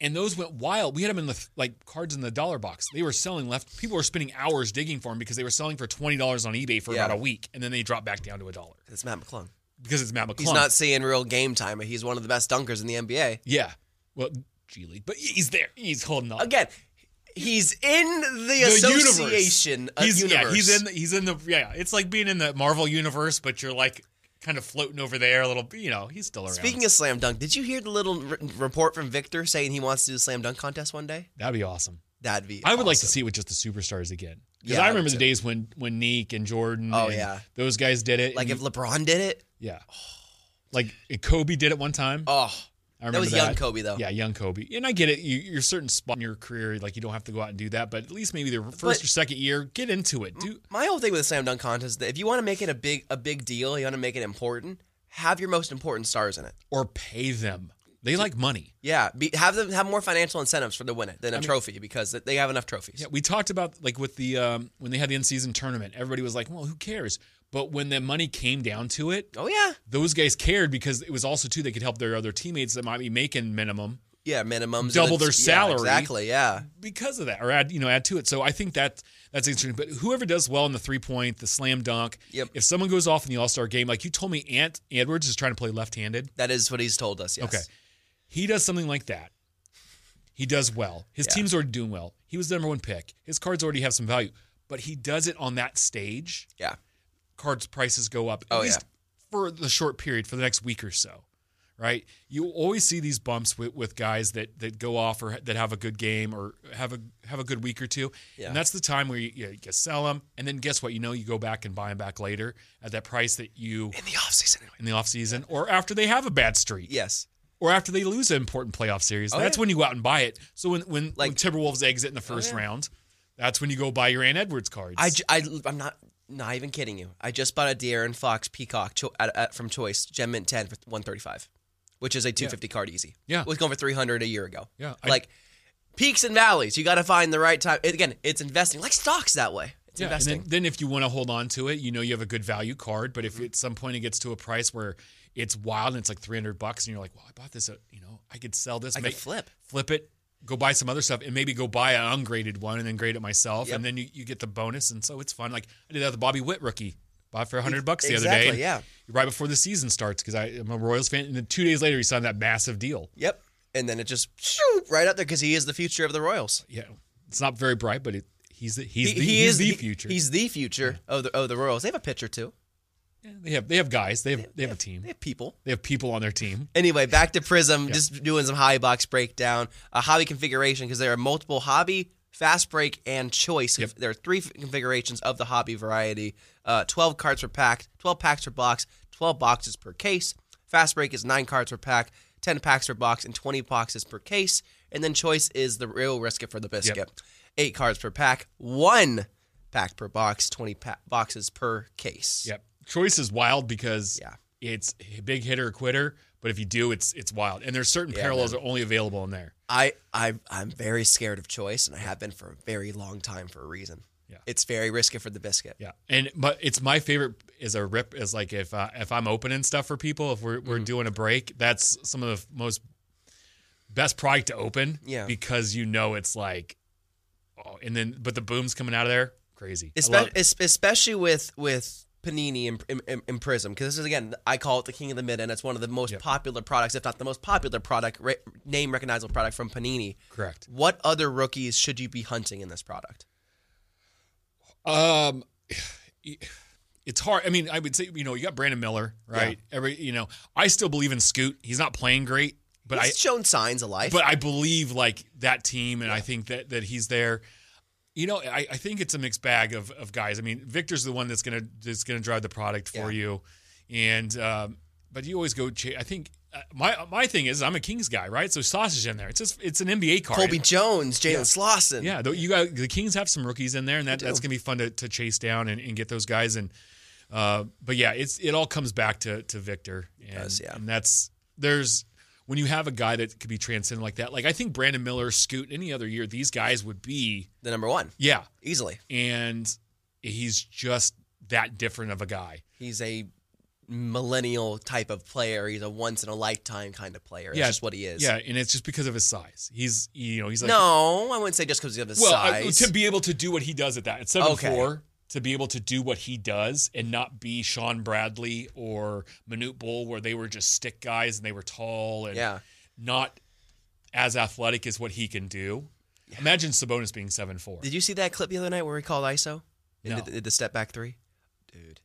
S4: And those went wild. We had them in the th- like cards in the dollar box. They were selling left. People were spending hours digging for them because they were selling for twenty dollars on eBay for
S3: Yeah.
S4: about a week, and then they dropped back down to a dollar
S3: It's Matt McClung.
S4: because it's Matt McClung.
S3: He's not seeing real game time, but he's one of the best dunkers in the NBA.
S4: Yeah. Well, G League, but he's there. He's holding on.
S3: Again, he's in the,
S4: The
S3: association.
S4: He's
S3: of
S4: yeah. He's
S3: universe.
S4: in. The, he's in the yeah. It's like being in the Marvel universe, but you're like kind of floating over there a little. You know, he's still around.
S3: Speaking of slam dunk, did you hear the little r- report from Victor saying he wants to do a slam dunk contest one day?
S4: that'd be awesome.
S3: That'd be.
S4: I would like
S3: awesome.
S4: to see it with just the superstars again. Because
S3: Yeah, I
S4: I
S3: would
S4: remember the
S3: too.
S4: days when when Neek and Jordan,
S3: Oh,
S4: and
S3: yeah.
S4: those guys did it.
S3: Like if
S4: and
S3: LeBron did it.
S4: yeah, like Kobe did it one time.
S3: Oh, that
S4: I remember
S3: was young Kobe though.
S4: Yeah, young Kobe. And I get it. You, you're a certain spot in your career, like you don't have to go out and do that. But at least maybe their first or second year, get into it. Do
S3: My whole thing with the slam dunk contest is that if you want to make it a big a big deal, you want to make it important, have your most important stars in it.
S4: or pay them. They like money.
S3: Yeah, be, have them have more financial incentives for the win it than a trophy because they have enough trophies.
S4: Yeah, we talked about like with the um, when they had the in season tournament, everybody was like, "Well, who cares?" But when the money came down to it,
S3: Oh yeah,
S4: those guys cared because it was also too they could help their other teammates that might be making minimum
S3: yeah, minimums,
S4: Double their
S3: yeah,
S4: salary.
S3: exactly. Yeah,
S4: because of that, or add you know add to it. So I think that that's interesting. But whoever does well in the three point, the slam dunk,
S3: Yep.
S4: if someone goes off in the All Star game, like you told me, Ant Edwards is trying to play left handed.
S3: that is what he's told us. Yes.
S4: Okay, he does something like that. He does well. His team's already doing well. He was the number one pick. His cards already have some value, but he does it on that stage.
S3: Yeah.
S4: Cards prices go up at
S3: Oh,
S4: least for the short period for the next week or so, right? You always see these bumps with, with guys that that go off or that have a good game or have a have a good week or two, and that's the time where you, you, you sell them, and then guess what? You know you go back and buy them back later at that price that you
S3: In the off season. Anyway.
S4: in the off season or after they have a bad streak
S3: Yes.
S4: or after they lose an important playoff series. that's
S3: Oh, yeah.
S4: when you go out and buy it. So when when,
S3: Like- Oh,
S4: when Timberwolves exit in the first round, that's when you go buy your Ann Edwards cards.
S3: I, ju- I, I'm not not even kidding you. I just bought a De'Aaron Fox Peacock cho- at, at, from Choice Gem Mint 10 for 135, which is a 250 card easy.
S4: Yeah.
S3: It was going for 300 a year ago.
S4: Yeah, I-
S3: Like peaks and valleys. You got to find the right time. It- again, it's investing like stocks that way. It's
S4: yeah, and
S3: investing. Mm-hmm.
S4: then, then if you want to hold on to it, you know you have a good value card. But if at some point it gets to a price where it's wild and it's like three hundred bucks, and you're like, "Well, I bought this. At, you know, I could sell this.
S3: I could flip.
S4: flip it, go buy some other stuff, and maybe go buy an ungraded one and then grade it myself,
S3: Yep.
S4: and then you, you get the bonus, and so it's fun. Like I did that with the Bobby Witt rookie. Bought for hundred bucks the other day,
S3: E, Exactly,
S4: and
S3: yeah.
S4: right before the season starts, because I'm a Royals fan. And then two days later, he signed that massive deal.
S3: yep. And then it just shoot right up there because he is the future of the Royals.
S4: Yeah, it's not very bright, but it, he's the, he's,
S3: He-
S4: the,
S3: he
S4: he's
S3: is
S4: the future.
S3: He's the future of the of the Royals. They have a pitcher too.
S4: Yeah, they have they have guys. They have they have a team.
S3: They have people.
S4: They have people on their team.
S3: Anyway, back to Prism, just doing some hobby box breakdown, a hobby configuration because there are multiple hobby, fast break, and choice. There are three configurations of the hobby variety. Uh, Twelve cards per pack, twelve packs per box, twelve boxes per case. Fast break is nine cards per pack, ten packs per box, and twenty boxes per case. And then choice is the real risk it for the biscuit. Eight cards per pack, one pack per box, twenty pa- boxes per case.
S4: Yep. Choice is wild because
S3: Yeah.
S4: it's a big hitter or quitter, but if you do, it's it's wild. And there's certain parallels that are only available in there.
S3: I, I I'm very scared of choice, and I have been for a very long time for a reason.
S4: Yeah.
S3: It's very risky for the biscuit.
S4: Yeah. And but it's my favorite is a rip is like if uh, if I'm opening stuff for people, if we're we're doing a break, that's some of the most best product to open.
S3: Yeah.
S4: Because you know it's like oh and then but the boom's coming out of there. Crazy. I
S3: Espe-
S4: love it.
S3: es- especially with with Panini and, and, and- and Prism, because this is again, I call it the king of the mid, and it's one of the most popular products, if not the most popular product, re- name recognizable product from Panini.
S4: Correct.
S3: What other rookies should you be hunting in this product?
S4: Um, it's hard. I mean, I would say you know you got Brandon Miller, right? Every you know, I still believe in Scoot. He's not playing great, but I
S3: He's shown signs of life.
S4: but I believe like that team, and I think that that he's there. You know, I, I think it's a mixed bag of, of guys. I mean, Victor's the one that's gonna that's gonna drive the product for you, and um, but you always go. Cha- I think uh, my my thing is I'm a Kings guy, right? So sausage in there. It's just it's an NBA card.
S3: Colby Jones, Jalen Slauson.
S4: Yeah, though you got the Kings have some rookies in there, and that, that's gonna be fun to, to chase down and, and get those guys. And uh, but yeah, it's it all comes back to to Victor. And,
S3: does, yeah.
S4: and that's there's when you have a guy that could be transcendent like that. Like I think Brandon Miller, Scoot, any other year, these guys would be
S3: The number one,
S4: yeah.
S3: easily.
S4: And he's just that different of a guy.
S3: He's a millennial type of player. He's a once in a lifetime kind of player. It's
S4: yeah,
S3: just what he is.
S4: Yeah, and it's just because of his size. He's you know he's like
S3: no, I wouldn't say just because of his
S4: Well, I-
S3: size.
S4: to be able to do what he does at that at seven
S3: Okay.
S4: four, to be able to do what he does and not be Sean Bradley or Manute Bull, where they were just stick guys and they were tall and
S3: Yeah.
S4: not as athletic as what he can do. Imagine Sabonis being seven four.
S3: Did you see that clip the other night where he called ISO? And
S4: No.
S3: did, did the step back three? Dude,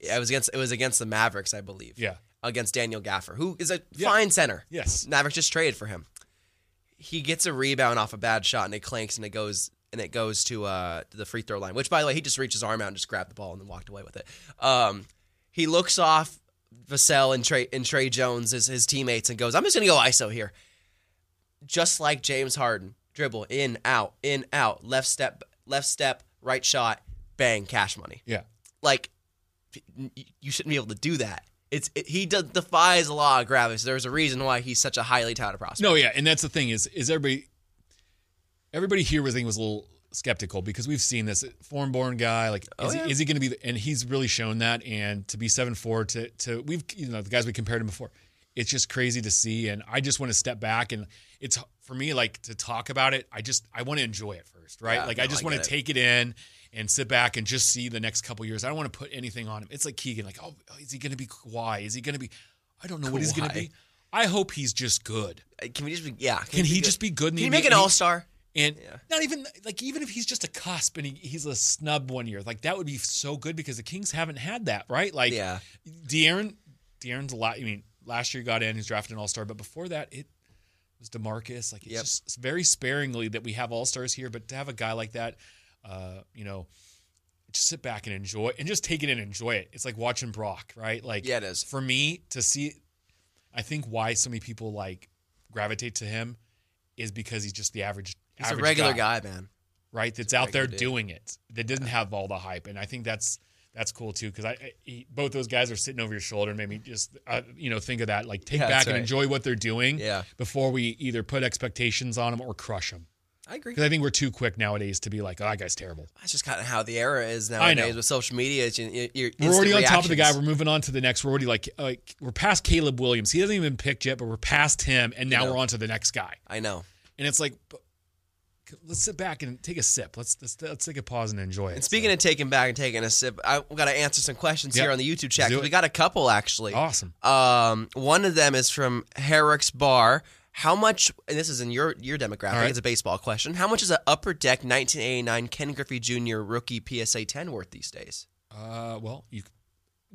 S3: It was against it was against the Mavericks, I believe.
S4: Yeah.
S3: Against Daniel Gaffer, who is a fine center.
S4: Yes.
S3: Mavericks just traded for him. He gets a rebound off a bad shot and it clanks and it goes and it goes to uh to the free throw line. Which by the way, he just reached his arm out and just grabbed the ball and then walked away with it. Um, he looks off Vassell and Trey and Trey Jones as his teammates and goes, I'm just gonna go ISO here just like James Harden, dribble in, out, in, out, left step, left step, right shot, bang, cash money.
S4: Yeah.
S3: Like y- you shouldn't be able to do that. It's it, he does, defies the law of gravity. So there's a reason why he's such a highly touted prospect.
S4: No, yeah, and that's the thing is is everybody everybody here was I think was a little skeptical because we've seen this foreign born guy like
S3: Oh,
S4: is, he, is he going to be the, and he's really shown that and to be seven four to to we've you know the guys we compared him before it's just crazy to see and I just want to step back and it's for me like to talk about it I just I want to enjoy it first right like I
S3: no,
S4: just
S3: I
S4: want
S3: get
S4: to
S3: it.
S4: take it in and sit back and just see the next couple years I don't want to put anything on him it's like Keegan like oh is he going to be Kawhi is he going to be I don't know what he's going to
S3: Kawhi.
S4: be I hope he's just good
S3: Uh, Can we just be, yeah? Can,
S4: can he
S3: good?
S4: just be good
S3: Can
S4: in the
S3: he make
S4: NBA?
S3: an all star?
S4: and not even like even if he's just a cusp and he, he's a snub one year like that would be so good because the Kings haven't had that right like
S3: Yeah.
S4: De'Aaron De'Aaron's a lot I mean last year he got in he's drafted an all star but before that it was Demarcus like it's
S3: Yep.
S4: just it's very sparingly that we have all stars here but to have a guy like that uh you know just sit back and enjoy and just take it and enjoy it it's like watching Brock right like
S3: Yeah, it is.
S4: for me to see I think why so many people like gravitate to him is because he's just the average.
S3: He's a
S4: average
S3: regular guy, man.
S4: right? That's out there doing it. That doesn't have all the hype, and I think that's that's cool too. Because I, I he, both those guys are sitting over your shoulder, and made me just uh, you know think of that. Like take
S3: Yeah,
S4: back
S3: that's
S4: and
S3: right.
S4: enjoy what they're doing.
S3: Yeah.
S4: Before we either put expectations on them or crush them,
S3: I agree.
S4: because I think we're too quick nowadays to be like, oh, that guy's terrible.
S3: That's just kind of how the era is
S4: I know.
S3: nowadays with social media. It's, you you're
S4: We're already on
S3: instant
S4: top of the guy.
S3: reactions.
S4: We're moving on to the next. We're already like, like we're past Caleb Williams. He hasn't even been picked yet, but we're past him, and now we're on to the next guy.
S3: I know.
S4: And it's like, but- let's sit back and take a sip. Let's let's, let's take a pause and enjoy it.
S3: And speaking of taking back and taking a sip, I got to answer some questions
S4: Yep.
S3: here on the YouTube chat.
S4: Do
S3: 'cause
S4: it.
S3: We got a couple actually.
S4: awesome,
S3: Um, one of them is from Herrick's Bar. How much? And this is in your your demographic.
S4: All right.
S3: It's a baseball question. How much is an Upper Deck 1989 Ken Griffey Jr. rookie PSA 10 worth these days?
S4: uh, well, you.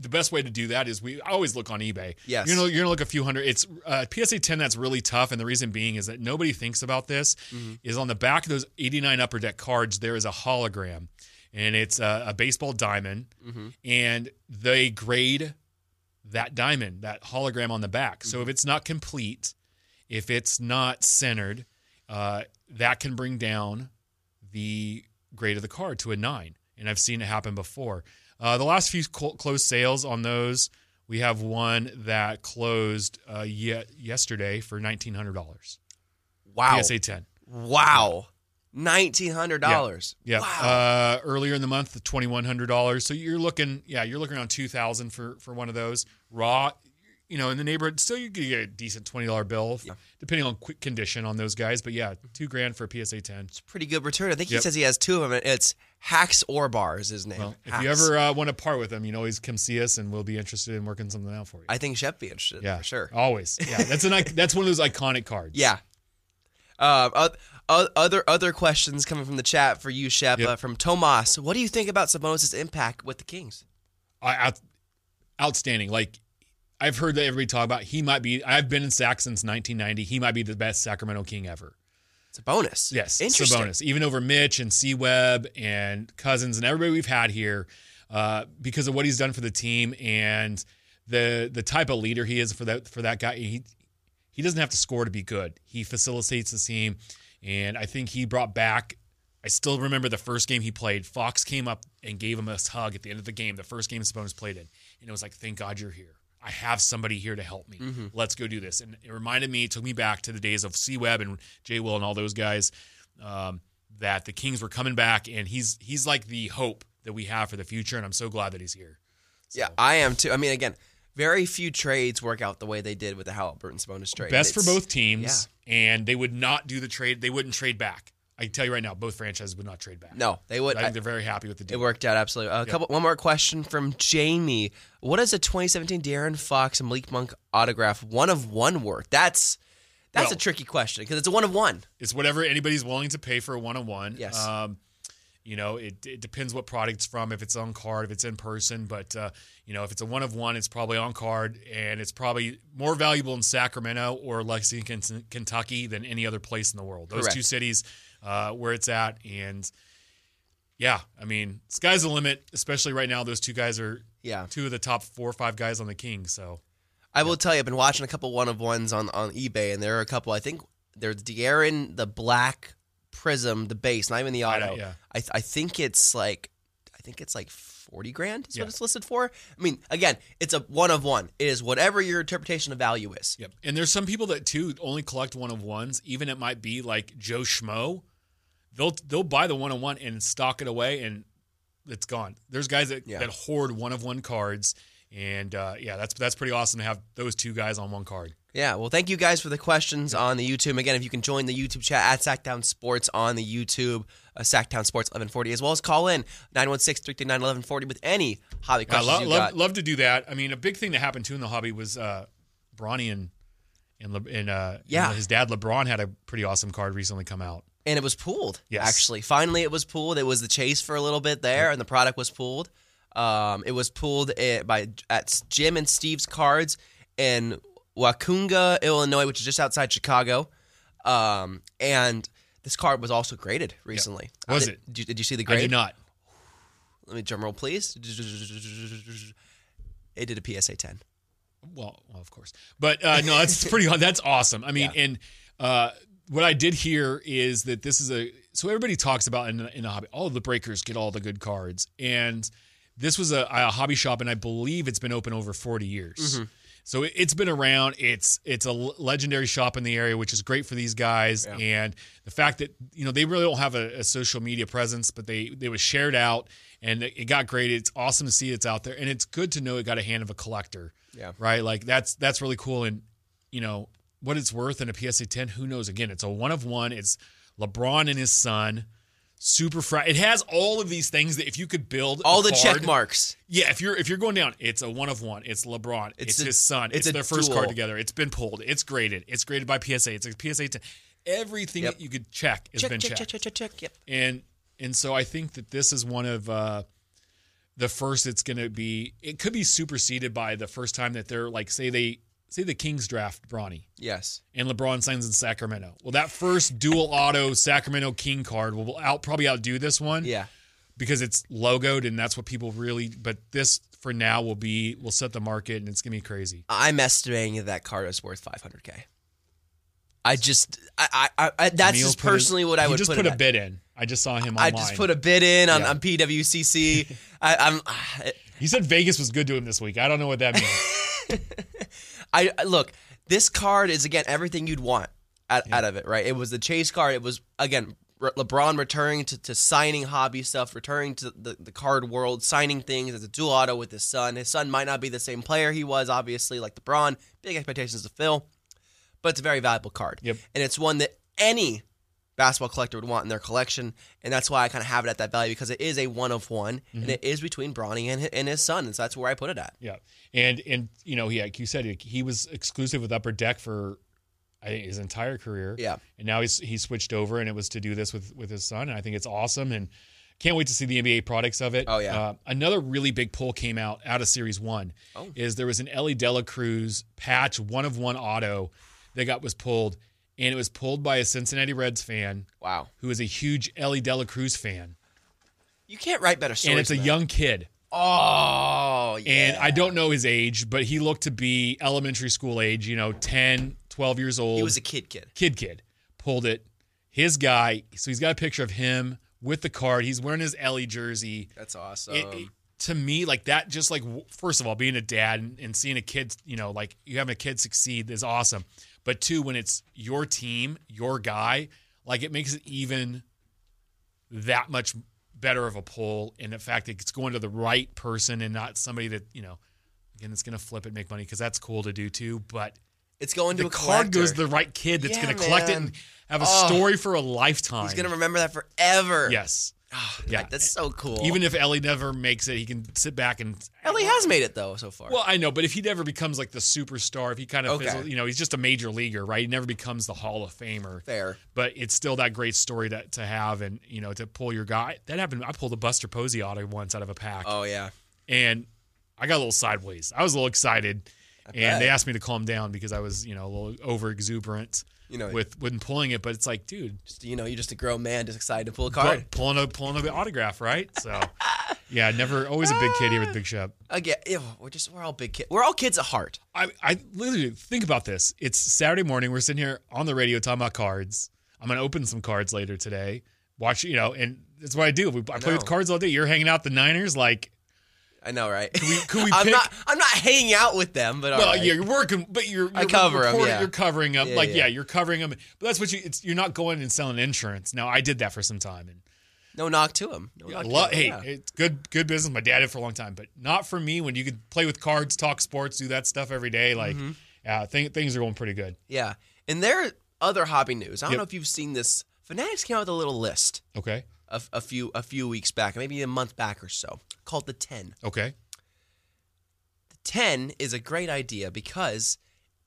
S4: The best way to do that is we I always look on eBay.
S3: Yes.
S4: you know you're gonna look a few hundred. It's uh, PSA ten that's really tough, and the reason being is that nobody thinks about this. Is on the back of those eighty nine upper deck cards there is a hologram, and it's a, a baseball diamond, and they grade that diamond, that hologram on the back. So if it's not complete, if it's not centered, uh, that can bring down the grade of the card to a nine. And I've seen it happen before. Uh, the last few cl- closed sales on those, we have one that closed uh, ye- yesterday for nineteen hundred dollars.
S3: Wow!
S4: PSA ten.
S3: Wow! Nineteen hundred dollars.
S4: Yeah.
S3: Wow.
S4: Uh, earlier in the month, the twenty one hundred dollars. So you're looking, yeah, you're looking around two thousand for for one of those raw. You know, in the neighborhood, still you could get a decent twenty dollar bill, depending on quick condition on those guys. But
S3: Mm-hmm.
S4: yeah, two grand for a PSA ten.
S3: Pretty good return. I think he
S4: Yep.
S3: says he has two of them. It's Hacks or Bar is his name.
S4: Well, if
S3: Hacks.
S4: you ever uh, want to part with them, you can always come see us, and we'll be interested in working something out for you.
S3: I think Shep be interested.
S4: yeah,
S3: for sure.
S4: Always. Yeah, that's an ic- that's one of those iconic cards.
S3: Yeah. Um, o- o- other other questions coming from the chat for you, Shep,
S4: Yep.
S3: uh, from Tomas. What do you think about Sabonis' impact with the Kings?
S4: I, out, outstanding. Like I've heard that everybody talk about. He might be. I've been in Sac since 1990. He might be the best Sacramento King ever.
S3: It's a bonus.
S4: Yes,
S3: interesting.
S4: Sabonis, even over Mitch and C Web and Cousins and everybody we've had here, uh, because of what he's done for the team and the the type of leader he is for that for that guy. He he doesn't have to score to be good. He facilitates the team, and I think he brought back. I still remember the first game he played. Fox came up and gave him a hug at the end of the game. The first game Sabonis played in, and it was like, "Thank God you're here. I have somebody here to help me. Let's go do this." And it reminded me, it took me back to the days of C Web and J Will and all those guys. Um, that the Kings were coming back, and he's he's like the hope that we have for the future. And I'm so glad that he's here.
S3: Yeah, I am too. I mean, again, very few trades work out the way they did with the Halliburton Sabonis trade.
S4: best for
S3: It's-
S4: both teams, and they would not do the trade. They wouldn't trade back. I can tell you right now, both franchises would not trade back.
S3: No, they would.
S4: I think
S3: I-
S4: they're very happy with the
S3: it
S4: deal.
S3: worked out absolutely. A couple. One more question from Jamie. What is a 2017 Darren Fox and Malik Monk autograph one of one worth? That's that's
S4: Well-
S3: a tricky question because it's a one of one.
S4: It's whatever anybody's willing to pay for a one on one.
S3: Yes.
S4: Um, You know, it, it depends what product it's from, if it's on card, if it's in person. But, uh, you know, if it's a one of one, it's probably on card and it's probably more valuable in Sacramento or Lexington, Kentucky than any other place in the world. Those
S3: Correct.
S4: two cities uh, where it's at. And yeah, I mean, sky's the limit, especially right now. Those two guys are
S3: Yeah.
S4: two of the top four or five guys on the King. So
S3: I will tell you, I've been watching a couple one of ones on, on eBay, and there are a couple. I think there's De'Aaron, the black prism, the base, not even the
S4: I
S3: auto.
S4: know, yeah.
S3: I, th- I think it's like, I think it's like forty grand. Is
S4: Yeah.
S3: what it's listed for. I mean, again, it's a one of one. It is whatever your interpretation of value is.
S4: Yep. And there's some people that too only collect one of ones. Even it might be like Joe Schmo. They'll they'll buy the one on one and stock it away and it's gone. There's guys that,
S3: Yeah.
S4: that hoard one of one cards. And uh, yeah, that's that's pretty awesome to have those two guys on one card.
S3: Yeah, well, thank you guys for the questions on the YouTube. Again, if you can join the YouTube chat at Sacktown Sports on the YouTube, uh, Sacktown Sports 1140, as well as call in 916 339 1140 with any hobby
S4: I
S3: questions
S4: love,
S3: you
S4: love,
S3: got.
S4: love to do that. I mean, a big thing that happened too in the hobby was uh, Bronny and and, Le- and uh,
S3: Yeah.
S4: his dad LeBron had a pretty awesome card recently come out.
S3: And it was pooled,
S4: Yes.
S3: actually. Finally, it was pooled. It was the chase for a little bit there, and the product was pooled. Um, it was pooled at, by at Jim and Steve's Cards in Wakunga, Illinois, which is just outside Chicago. Um, and this card was also graded recently. Uh,
S4: Was
S3: Did-
S4: it?
S3: Did you, did you see the
S4: I
S3: grade?
S4: did not.
S3: Let me drum roll, please. It did a PSA 10.
S4: Well, well, of course, but uh, no, that's pretty. That's awesome. I mean, and uh, what I did hear is that this is a so everybody talks about in, in the hobby. All of the breakers get all the good cards, and this was a, a hobby shop, and I believe it's been open over forty years. So it, it's been around. It's it's a l- legendary shop in the area, which is great for these guys. And the fact that you know they really don't have a, a social media presence, but they they was shared out and it it got graded. It's awesome to see it's out there, and it's good to know it got a hand of a collector.
S3: Yeah.
S4: Right. Like that's that's really cool, and you know what it's worth in a PSA ten. Who knows? Again, it's a one of one. It's LeBron and his son. Super fry. It has all of these things that if you could build a
S3: All the
S4: card-
S3: check marks.
S4: yeah, if you're if you're going down, it's a one of one. It's LeBron. It's,
S3: a-
S4: his son.
S3: it's
S4: It's,
S3: a
S4: their first
S3: duel.
S4: card together. It's been pulled. It's graded. It's graded by PSA. It's a PSA ten. Everything
S3: Yep.
S4: that you could check has
S3: Check,
S4: been
S3: check,
S4: checked.
S3: check, check, check, check. Yep.
S4: And and so I think that this is one of uh, the first. It's going to be. It could be superseded by the first time that they're like say they say the Kings draft Bronny
S3: Yes.
S4: and LeBron signs in Sacramento. Well, that first dual auto Sacramento King card will out probably outdo this one
S3: Yeah.
S4: because it's logoed and that's what people really but this for now will be will set the market and it's gonna be crazy
S3: I'm estimating that that card is worth 500K. I just, I, I, I that's
S4: Neil
S3: just
S4: put his-
S3: personally what I
S4: he
S3: would
S4: just
S3: put,
S4: put,
S3: it
S4: a
S3: at.
S4: bid in i just saw him online
S3: I just put a bid in on,
S4: Yeah.
S3: on PWCC. I, I'm, I,
S4: he said vegas was good to him this week i don't know what that means
S3: I I- look. This card is again everything you'd want out, out of it, right? It was the chase card. It was again Re- LeBron returning to, to signing hobby stuff, returning to the, the card world, signing things as a dual auto with his son. His son might not be the same player he was, obviously, like LeBron. Big expectations to fill, but it's a very valuable card,
S4: Yep.
S3: and it's one that any basketball collector would want in their collection, and that's why I kind of have it at that value because it is a one of one,
S4: Mm-hmm.
S3: and it is between Bronny and hi- and his son, and so that's where I put it at.
S4: yeah and and you know he like you said he was exclusive with upper deck for I think his entire career
S3: Yeah.
S4: and now he's he switched over and it was to do this with with his son and i think it's awesome and can't wait to see the nba products of it
S3: Oh, yeah.
S4: uh, another really big poll came out out of series one
S3: Oh.
S4: is there was an ellie dela cruz patch one of one auto that got was pulled and it was pulled by a cincinnati reds fan
S3: Wow,
S4: who is a huge ellie dela cruz fan
S3: you can't write better stories.
S4: and it's a
S3: than that.
S4: young kid
S3: Oh, yeah.
S4: and I don't know his age, but he looked to be elementary school age, you know, 10, 12 years old.
S3: he was a kid kid.
S4: kid kid pulled it his guy so he's got a picture of him with the card he's wearing his ellie jersey
S3: That's awesome.
S4: It- it- to me like that just like w- first of all being a dad and, and seeing a kid you know like you having a kid succeed is awesome but two when it's your team your guy like it makes it even that much better of a pull and the fact that it's going to the right person and not somebody that you know again it's going to flip it and make money because that's cool to do too but
S3: it's going to
S4: the
S3: a
S4: card
S3: collector.
S4: goes to the right kid that's
S3: Yeah,
S4: going to collect it
S3: man.
S4: and have a
S3: Oh.
S4: story for a lifetime.
S3: He's gonna remember Ah, that forever.
S4: Yes. Yeah.
S3: Like, that's so cool.
S4: Even if Ellie never makes it, he can sit back and.
S3: Ellie has made it though so far.
S4: Well, I know, but if he never becomes like the superstar, if he kind of,
S3: Okay.
S4: fizzles- you know, he's just a major leaguer, right? He never becomes the Hall of Famer.
S3: Fair.
S4: But it's still that great story to, to have and, you know, to pull your guy. That happened. I pulled a Buster Posey auto once out of a pack.
S3: oh yeah.
S4: and I got a little sideways. I was a little excited,
S3: bet.
S4: and they asked me to calm down because I was, you know, a little over exuberant,
S3: You know-
S4: with when pulling it. But it's like, dude,
S3: Just, you know, you're just a grown man just excited to pull a
S4: pull-
S3: card.
S4: pulling a pulling a autograph, right? So, yeah, never always a big kid here with Big Shep.
S3: Again, ew, we're just we're all big kids. We're all kids at heart.
S4: I, I literally think about this. It's Saturday morning. We're sitting here on the radio talking about cards. I'm gonna open some cards later today. Watch, you know, and that's what I do. We, I play with
S3: know.
S4: cards all day. You're hanging out with the Niners, like,
S3: I know, right?
S4: could we
S3: I'm
S4: pick-
S3: not. I'm not hanging out with them, but all
S4: Well,
S3: right.
S4: yeah, you're working, but you're. you're
S3: I cover 'em,
S4: reporting-
S3: yeah.
S4: You're covering them,
S3: Yeah,
S4: like
S3: yeah.
S4: yeah. you're covering them. But that's what you. It's, you're not going and selling insurance. Now, I did that for some time, and
S3: no knock to him. No
S4: I
S3: knock
S4: lo-
S3: to
S4: hey,
S3: him, yeah.
S4: it's good, good business. My dad did for a long time, but not for me. When you could play with cards, talk sports, do that stuff every day, like,
S3: Mm-hmm.
S4: yeah, thing, things are going pretty good.
S3: yeah. And there are other hobby news. I don't
S4: Yep.
S3: know if you've seen this. Fanatics came out with a little list
S4: Okay,
S3: a, f- a few a few weeks back, maybe a month back or so, called the Ten.
S4: okay,
S3: The Ten is a great idea because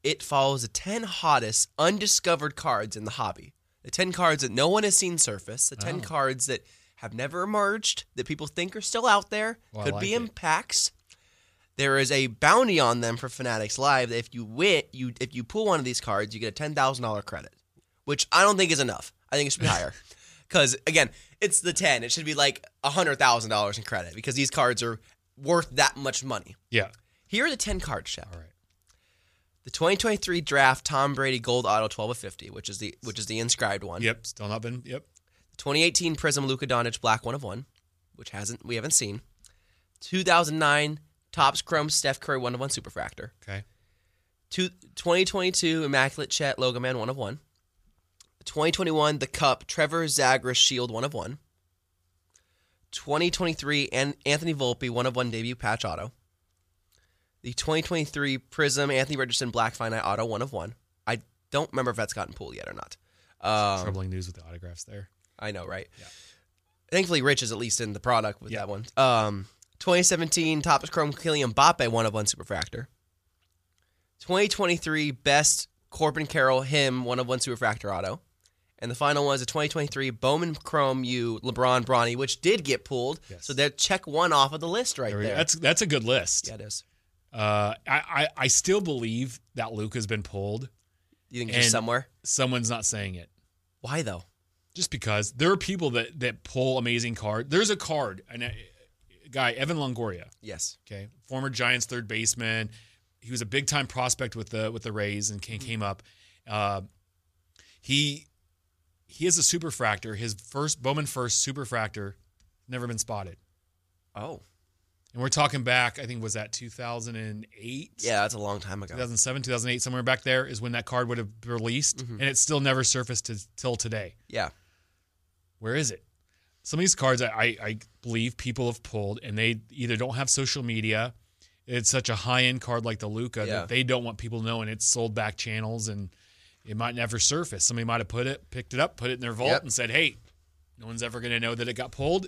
S3: it follows the ten hottest undiscovered cards in the hobby. The ten cards that no one has seen surface. The
S4: Oh.
S3: ten cards that have never emerged that people think are still out there
S4: Well, I
S3: could be
S4: like
S3: in
S4: it.
S3: packs. There is a bounty on them for Fanatics Live that if you win, you if you pull one of these cards, you get a ten thousand dollar credit, which I don't think is enough. I think it should be higher, because again, it's the ten. It should be like hundred thousand dollars in credit because these cards are worth that much money.
S4: yeah,
S3: Here are the ten cards, Shep.
S4: all right,
S3: The 2023 draft Tom Brady Gold Auto 12 of 50, which is the which is the inscribed one.
S4: yep, still not been, yep,
S3: 2018 Prism Luka Doncic Black one of one, which hasn't we haven't seen. 2009 Topps Chrome Steph Curry one of one Superfractor.
S4: okay,
S3: Two, 2022 Immaculate Chet Logo Man one of one. 2021 The Cup Trevor Zagras Shield one of one. 2023 An- Anthony Volpe one of one debut patch auto. The 2023 Prism Anthony Richardson Black Finite auto one of one. I don't remember if that's gotten pulled yet or not. Um,
S4: troubling news with the autographs there.
S3: I know, right? Thankfully, Rich is at least in the product with
S4: Yeah.
S3: that one. Um, 2017 Topps Chrome Kylian Mbappe one of one Superfractor. 2023 Best Corbin Carroll him one of one Superfractor auto. And the final one is a 2023 Bowman Chrome U LeBron Bronny, which did get pulled. So they're check one off of the list right
S4: There
S3: there.
S4: we go. That's that's a good list.
S3: yeah, it is.
S4: Uh, I, I I still believe that Luke has been pulled.
S3: You think it's just
S4: And-
S3: somewhere?
S4: Someone's not saying it.
S3: Why though?
S4: just because there are people that that pull amazing card. There's a card and a a guy Evan Longoria,
S3: Yes.
S4: okay, former Giants third baseman. He was a big time prospect with the with the Rays and came, came up. Uh, he he is a superfractor. His first Bowman first superfractor never been spotted.
S3: Oh,
S4: And we're talking back, I think was that 2008.
S3: yeah, that's a long time ago.
S4: 2007, 2008, somewhere back there is when that card would have released, and it still never surfaced to, till today.
S3: Yeah,
S4: where is it? Some of these cards I, I, I believe people have pulled and they either don't have social media. It's such a high end card like the Luca
S3: Yeah.
S4: that they don't want people to know and it's sold back channels and it might never surface. Somebody might have put it, picked it up, put it in their vault
S3: Yep.
S4: and said, Hey, no one's ever gonna know that it got pulled.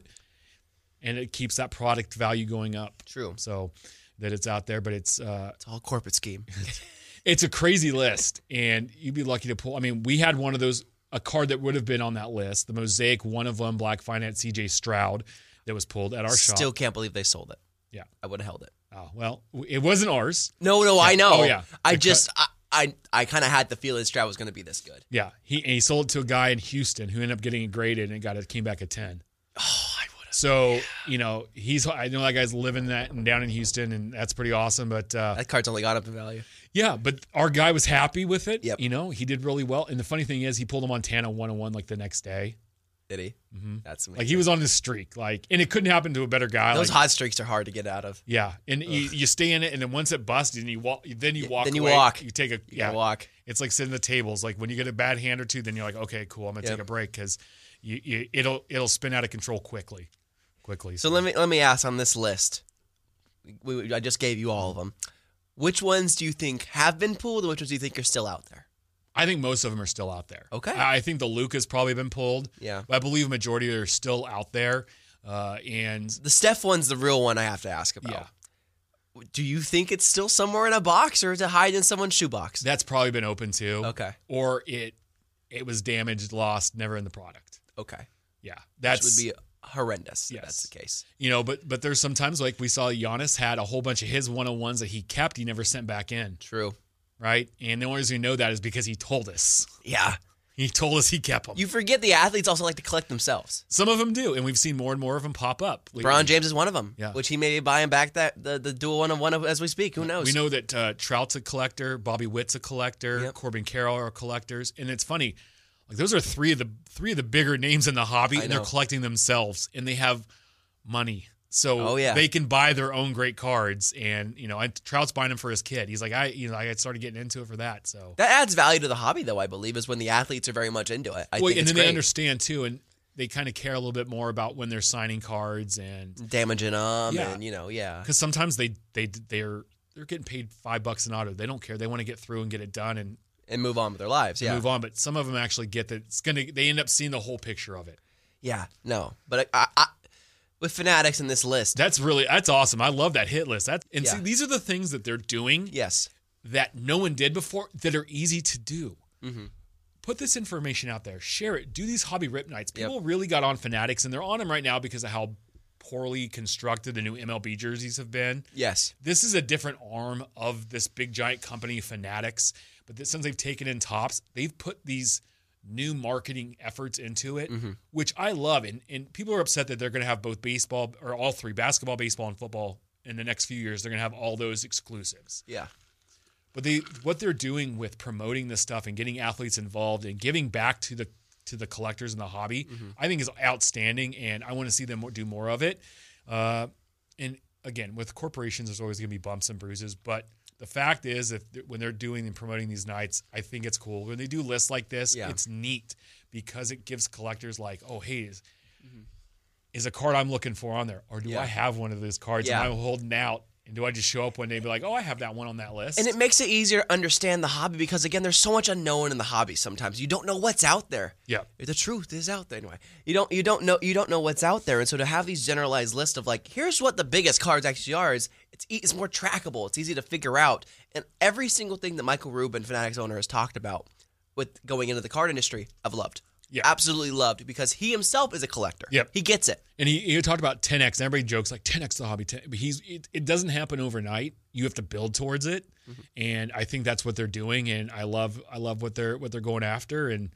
S4: And it keeps that product value going up.
S3: True.
S4: So that it's out there, but it's uh
S3: it's all corporate scheme.
S4: it's a crazy list, and you'd be lucky to pull. I mean, we had one of those a card that would have been on that list, the mosaic one of one black finance CJ Stroud that was pulled at our
S3: Still
S4: shop.
S3: can't believe they sold it.
S4: Yeah.
S3: I would have held it.
S4: Oh well, it wasn't ours.
S3: No, no, I know.
S4: Oh, yeah.
S3: I
S4: The cut-
S3: just, I, I, I kind of had the feeling Stroud was going to be this good.
S4: Yeah, he and he sold it to a guy in Houston who ended up getting it graded and it got it came back at ten. Oh, I would have. So you know he's I know that guy's living that and down in Houston and that's pretty awesome. But uh,
S3: That card's only gone up in value.
S4: Yeah, but our guy was happy with it.
S3: Yep.
S4: You know, he did really well. And the funny thing is, he pulled a Montana 101 like the next day.
S3: Did he? Mm-hmm. That's amazing.
S4: Like he was on his streak. Like, and it couldn't happen to a better guy.
S3: Those
S4: like,
S3: hot streaks are hard to get out of.
S4: Yeah, and you, you stay in it, and then once it busts, and you walk, then you walk.
S3: then you
S4: away.
S3: walk.
S4: You take a
S3: You
S4: yeah
S3: gotta walk.
S4: It's like sitting at the tables. Like when you get a bad hand or two, then you're like, okay, cool, I'm gonna
S3: Yep.
S4: take a break because you, you it'll it'll spin out of control quickly, quickly.
S3: So let me let me ask on this list. We, we- I just gave you all of them. Which ones do you think have been pulled, and which ones do you think are still out there?
S4: I think most of them are still out there.
S3: Okay.
S4: I I think the Luke has probably been pulled.
S3: Yeah.
S4: But I believe a majority are still out there. Uh, and uh,
S3: The Steph one's the real one I have to ask about.
S4: yeah,
S3: Do you think it's still somewhere in a box or is it hiding in someone's shoebox?
S4: that's probably been open too.
S3: Okay.
S4: Or it it was damaged, lost, never in the product.
S3: okay.
S4: Yeah.
S3: Which
S4: That's
S3: would be horrendous if that's
S4: Yes.
S3: the case.
S4: you know, but but there's sometimes like we saw Giannis had a whole bunch of his one on ones that he kept, he never sent back in,
S3: True.
S4: right? And the only reason we know that is because he told us.
S3: Yeah.
S4: He told us he kept them.
S3: You forget the athletes also like to collect themselves.
S4: Some of them do, and we've seen more and more of them pop up. lately.
S3: LeBron James is one of them,
S4: Yeah.
S3: which he may be buying back that the, the dual one of one of as we speak. Who knows?
S4: We know that uh, Trout's a collector, Bobby Witt's a collector,
S3: Yep.
S4: Corbin Carroll are collectors, and it's funny. Like those are three of the three of the bigger names in the hobby,
S3: I
S4: and they're
S3: know.
S4: collecting themselves, and they have money, so
S3: Oh, yeah.
S4: they can buy their own great cards. And you know, I, Trout's buying them for his kid. He's like, I, you know, I started getting into it for that. So,
S3: That adds value to the hobby, though. I believe is when the athletes are very much into it. I
S4: well,
S3: think
S4: and
S3: it's
S4: then
S3: great.
S4: they understand too, and they kind of care a little bit more about when they're signing cards, and
S3: damaging them,
S4: Yeah.
S3: and you know, yeah,
S4: because sometimes they they they're they're getting paid five bucks an auto. They don't care. They want to get through and get it done, and
S3: and move on with their lives. Yeah,
S4: move on. But some of them actually get that it's gonna. They end up seeing the whole picture of it.
S3: yeah, no, but I, I, I, with fanatics in this list,
S4: That's really that's awesome. I love that hit list. That's and
S3: Yeah.
S4: see these are the things that they're doing
S3: yes,
S4: that no one did before that are easy to do. Put this information out there. Share it. Do these hobby rip nights. People really got on fanatics and they're on them right now because of how poorly constructed the new MLB jerseys have been.
S3: yes,
S4: This is a different arm of this big giant company, Fanatics. But this, since they've taken in tops, they've put these new marketing efforts into it, which I love. And, and people are upset that they're going to have both baseball or all three basketball, baseball, and football in the next few years. They're going to have all those exclusives.
S3: yeah,
S4: But they what they're doing with promoting this stuff and getting athletes involved and giving back to the to the collectors and the hobby,
S3: Mm-hmm.
S4: I think is outstanding, and I want to see them do more of it. Uh, and again, with corporations, there's always going to be bumps and bruises, but the fact is that th- when they're doing and promoting these nights, I think it's cool. When they do lists like this,
S3: Yeah.
S4: it's neat because it gives collectors like, oh, hey. Is, is a card I'm looking for on there, or do
S3: Mm-hmm. Yeah.
S4: I have one of those cards
S3: Yeah.
S4: and I'm holding out? And do I just show up one day and be like, oh, I have that one on that list?
S3: and it makes it easier to understand the hobby because again, there's so much unknown in the hobby. Sometimes you don't know what's out there.
S4: Yeah.
S3: the truth is out there anyway. You don't you don't know you don't know what's out there, and so to have these generalized lists of like here's what the biggest cards actually are is it's e- it's more trackable. It's easy to figure out, and every single thing that Michael Rubin, Fanatics owner, has talked about with going into the card industry, I've loved.
S4: Yeah.
S3: absolutely loved because he himself is a collector.
S4: Yep.
S3: he gets it.
S4: And he, he talked about 10x. Everybody jokes like 10x the hobby. 10, but he's it, it doesn't happen overnight. You have to build towards it, and I think that's what they're doing. And I love I love what they're what they're going after. And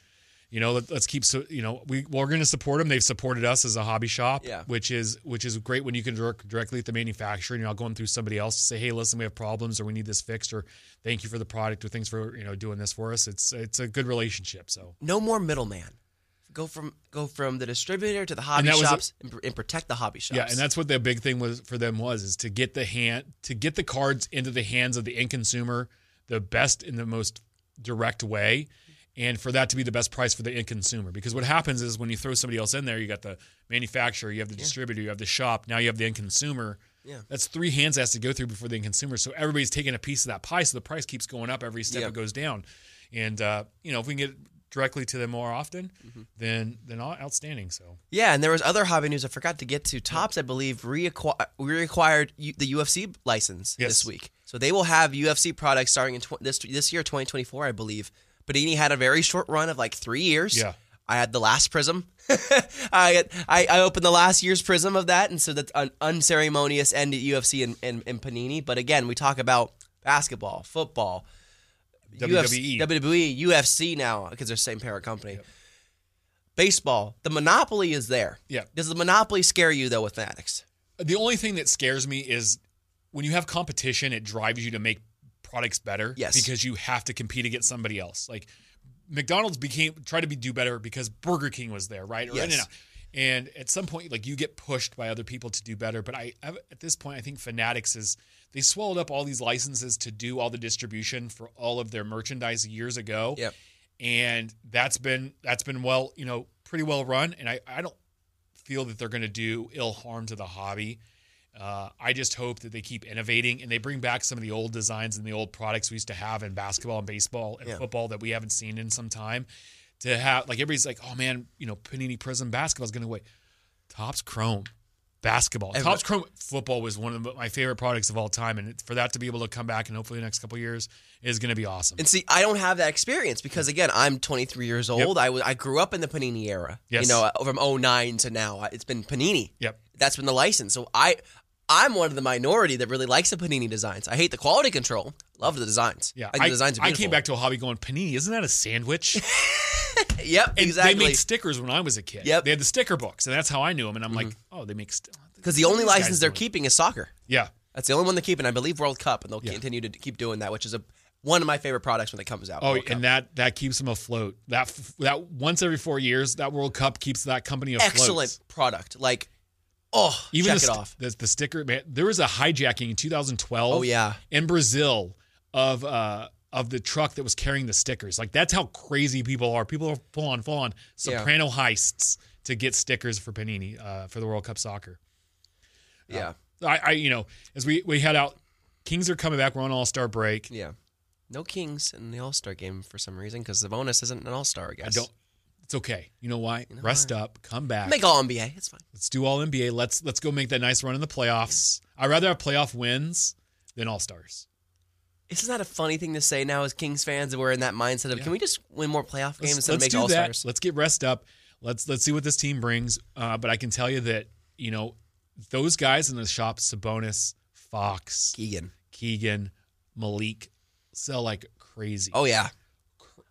S4: you know let, let's keep so you know we we're going to support them. They've supported us as a hobby shop,
S3: Yeah.
S4: which is which is great when you can work directly at the manufacturer and you're not going through somebody else to say hey listen we have problems or we need this fixed or thank you for the product or thanks for you know doing this for us. It's it's a good relationship. So
S3: No more middleman. Go from go from the distributor to the hobby
S4: that was a-
S3: shops and, pr- and protect the hobby shops.
S4: Yeah, and that's what the big thing was for them was is to get the hand to get the cards into the hands of the end consumer the best and the most direct way, and for that to be the best price for the end consumer. Because what happens is when you throw somebody else in there, you got the manufacturer, you have the distributor, you have the shop, now you have the end consumer. Yeah. That's three hands that has to go through before the end consumer. So everybody's taking a piece of that pie, so the price keeps going up every step
S3: Yeah.
S4: it goes down. And uh, you know, if we can get directly to them more often,
S3: Mm-hmm.
S4: then then outstanding. So
S3: Yeah, and there was other hobby news I forgot to get to. Tops, I believe, reacqui- reacquired U- the UFC license this
S4: Yes.
S3: week, so they will have UFC products starting in tw- this this year, 2024, I believe. Panini had a very short run of like three years.
S4: Yeah.
S3: I had the last prism. I, I I opened the last year's prism of that, and so that's an unceremonious end to UFC and, and, and Panini. But again, we talk about basketball, football,
S4: WWE. E.
S3: UFC, WWE, UFC now because they're the same parent company. Baseball, the monopoly is there.
S4: Yeah.
S3: Does the monopoly scare you though with fanatics?
S4: The only thing that scares me is when you have competition, it drives you to make products better.
S3: Yes.
S4: Because you have to compete against somebody else. Like McDonald's became tried to be do better because Burger King was there, right? Or
S3: Yes.
S4: In-N-Out. And at some point, like you get pushed by other people to do better. But I, I at this point, I think Fanatics is they swallowed up all these licenses to do all the distribution for all of their merchandise years ago.
S3: Yep.
S4: And that's been that's been well, you know, pretty well run. And I, I don't feel that they're going to do ill harm to the hobby. Uh, I just hope that they keep innovating and they bring back some of the old designs and the old products we used to have in basketball and baseball and football that we haven't seen in some time. To have like everybody's like, oh man, you know, Panini Prism basketball is going away. Topps Chrome basketball. Topps Chrome football was one of my favorite products of all time, and for that to be able to come back and hopefully the next couple years is going to be awesome.
S3: And see, I don't have that experience because again, I'm 23 years old. I was I grew up in the Panini era.
S4: Yes.
S3: You know, uh, from 09 to now, I- it's been Panini.
S4: Yep.
S3: That's been the license. So I I'm one of the minority that really likes the Panini designs. I hate the quality control. Love the designs.
S4: Yeah,
S3: I think the designs are
S4: I
S3: beautiful.
S4: came back to a hobby going panini. Isn't that a sandwich?
S3: Yep,
S4: And They
S3: exactly.
S4: made stickers when I was a kid.
S3: Yep. Mm-hmm.
S4: They had the sticker books, and that's how I knew them. And I'm like, oh, they make because
S3: Because the only license they're keeping is soccer.
S4: Yeah,
S3: That's the only one they're keeping. I believe World Cup, and they'll continue to keep doing that, which is a one of my favorite products when it comes out.
S4: Oh,
S3: World Cup.
S4: and that that keeps them afloat. That f- that once every four years, that World Cup keeps that company afloat.
S3: excellent product. Like, oh,
S4: Even
S3: check
S4: the,
S3: it
S4: st-
S3: off.
S4: The, the sticker man. There was a hijacking in 2012.
S3: Oh, yeah.
S4: in Brazil of uh of the truck that was carrying the stickers. Like that's how crazy people are. People are full on full on Soprano heists to get stickers for Panini uh, for the World Cup soccer.
S3: Yeah,
S4: I, I you know as we we head out, Kings are coming back. We're on All Star break.
S3: yeah. No Kings in the All Star game for some reason because Sabonis isn't an All Star. I guess.
S4: I don't. It's okay. You know why? Rest up. Come back.
S3: make All NBA. It's fine.
S4: let's do all NBA. Let's let's go make that nice run in the playoffs. I'd rather have playoff wins than All Stars.
S3: Isn't that a funny thing to say now as Kings fans? We're in that mindset of can we just win more playoff games
S4: Let's,
S3: instead of make
S4: let's do
S3: All
S4: that.
S3: Stars?
S4: Let's get rest up. Let's let's see what this team brings. Uh, but I can tell you that you know those guys in the shop: Sabonis, Fox,
S3: Keegan.
S4: Keegan, Malik, sell like crazy.
S3: Oh yeah,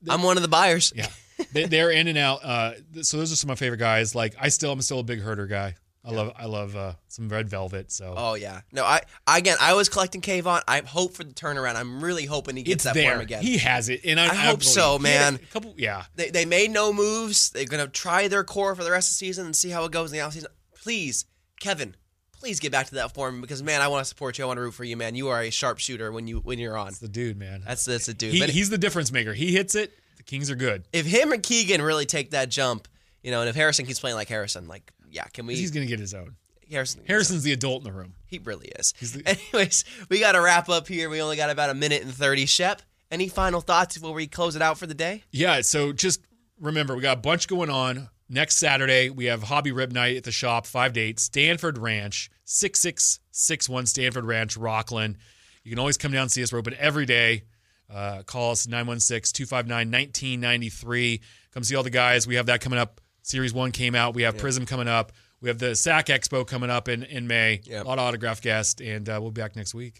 S3: I'm one of the buyers.
S4: Yeah, they, they're in and out. Uh, th- so those are some of my favorite guys. Like I still, I'm still a big herder guy. I love, I love uh, some red velvet. So
S3: Oh yeah. No, I again, I was collecting Kayvon. I hope for the turnaround. I'm really hoping he gets
S4: it's
S3: that
S4: there.
S3: form again.
S4: He has it, and I,
S3: I hope
S4: believe-
S3: so,
S4: he had
S3: man.
S4: A couple, yeah.
S3: they, they made no moves. They're gonna try their core for the rest of the season and see how it goes in the offseason. Please, Kevin, please get back to that form because man, I want to support you. I want to root for you, man. You are a sharpshooter when you when you're on.
S4: the dude, man.
S3: That's that's a dude.
S4: he,
S3: But
S4: he's the difference maker. He hits it. The Kings are good.
S3: if him and Keegan really take that jump, you know, and if Harrison keeps playing like Harrison, like yeah, can we?
S4: He's gonna get his own.
S3: Harrison,
S4: Harrison's the adult in the room.
S3: he really is.
S4: the-
S3: Anyways, we got to wrap up here. We only got about a minute and thirty. Shep, any final thoughts before we close it out for the day?
S4: Yeah. So just remember, we got a bunch going on. Next Saturday, we have Hobby Rib Night at the shop, five to eight, Stanford Ranch, six six six one Stanford Ranch, Rockland. You can always come down and see us. We're open every day. Uh, call us 916 259 1993. Come see all the guys. We have that coming up. Series one came out. We have Prism coming up. We have the SAC Expo coming up in, in May.
S3: Yep.
S4: A lot of autograph guests, and uh, we'll be back next week.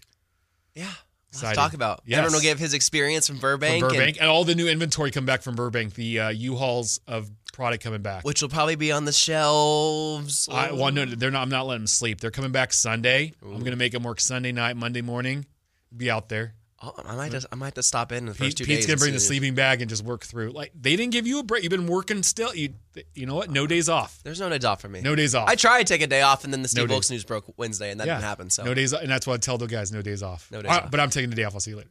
S3: Yeah, lots
S4: Excited.
S3: to talk about.
S4: Yes.
S3: Everyone will give his experience from Burbank.
S4: From
S3: and-
S4: Burbank. And, all the new inventory come back from Burbank. The uh, U-Hauls of product coming back.
S3: which will probably be on the shelves.
S4: I, well, no, they're not. I'm not letting them sleep. They're coming back Sunday. I'm gonna make them work Sunday night, Monday morning. Be out there.
S3: Oh, I might just I might just stop in, in the
S4: Pete,
S3: first two
S4: Pete's
S3: days.
S4: gonna
S3: and
S4: bring the
S3: see-
S4: sleeping bag and just work through. Like they didn't give you a break. You've been working still. You, you know what? No days off.
S3: There's no days off for me.
S4: No days off.
S3: I tried to take a day off, and then the Steve
S4: days.
S3: Wilkes news broke Wednesday, and that didn't happen. So
S4: no days, and that's why I tell the guys no days off.
S3: No days
S4: Uh,
S3: off.
S4: But I'm taking the day off. I'll see you later.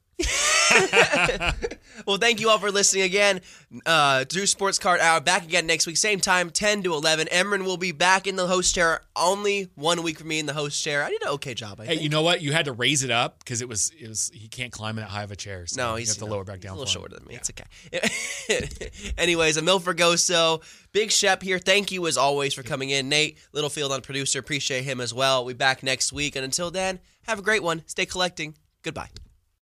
S3: Well, thank you all for listening again. Uh, Drew Sports Card Hour back again next week, same time, 10 to 11. Emron will be back in the host chair. Only one week for me in the host chair. I did an okay job. I
S4: Hey,
S3: think.
S4: you know what? You had to raise it up because it was it was he can't climb in that high of a chair. So
S3: No,
S4: you
S3: he's
S4: have to
S3: you know,
S4: lower back down.
S3: He's a little
S4: for him.
S3: shorter than me. It's okay. Anyways, a Milford goes so. Big Shep here. Thank you as always for coming in, Nate Littlefield on producer. Appreciate him as well. We back next week, and until then, have a great one. Stay collecting. Goodbye.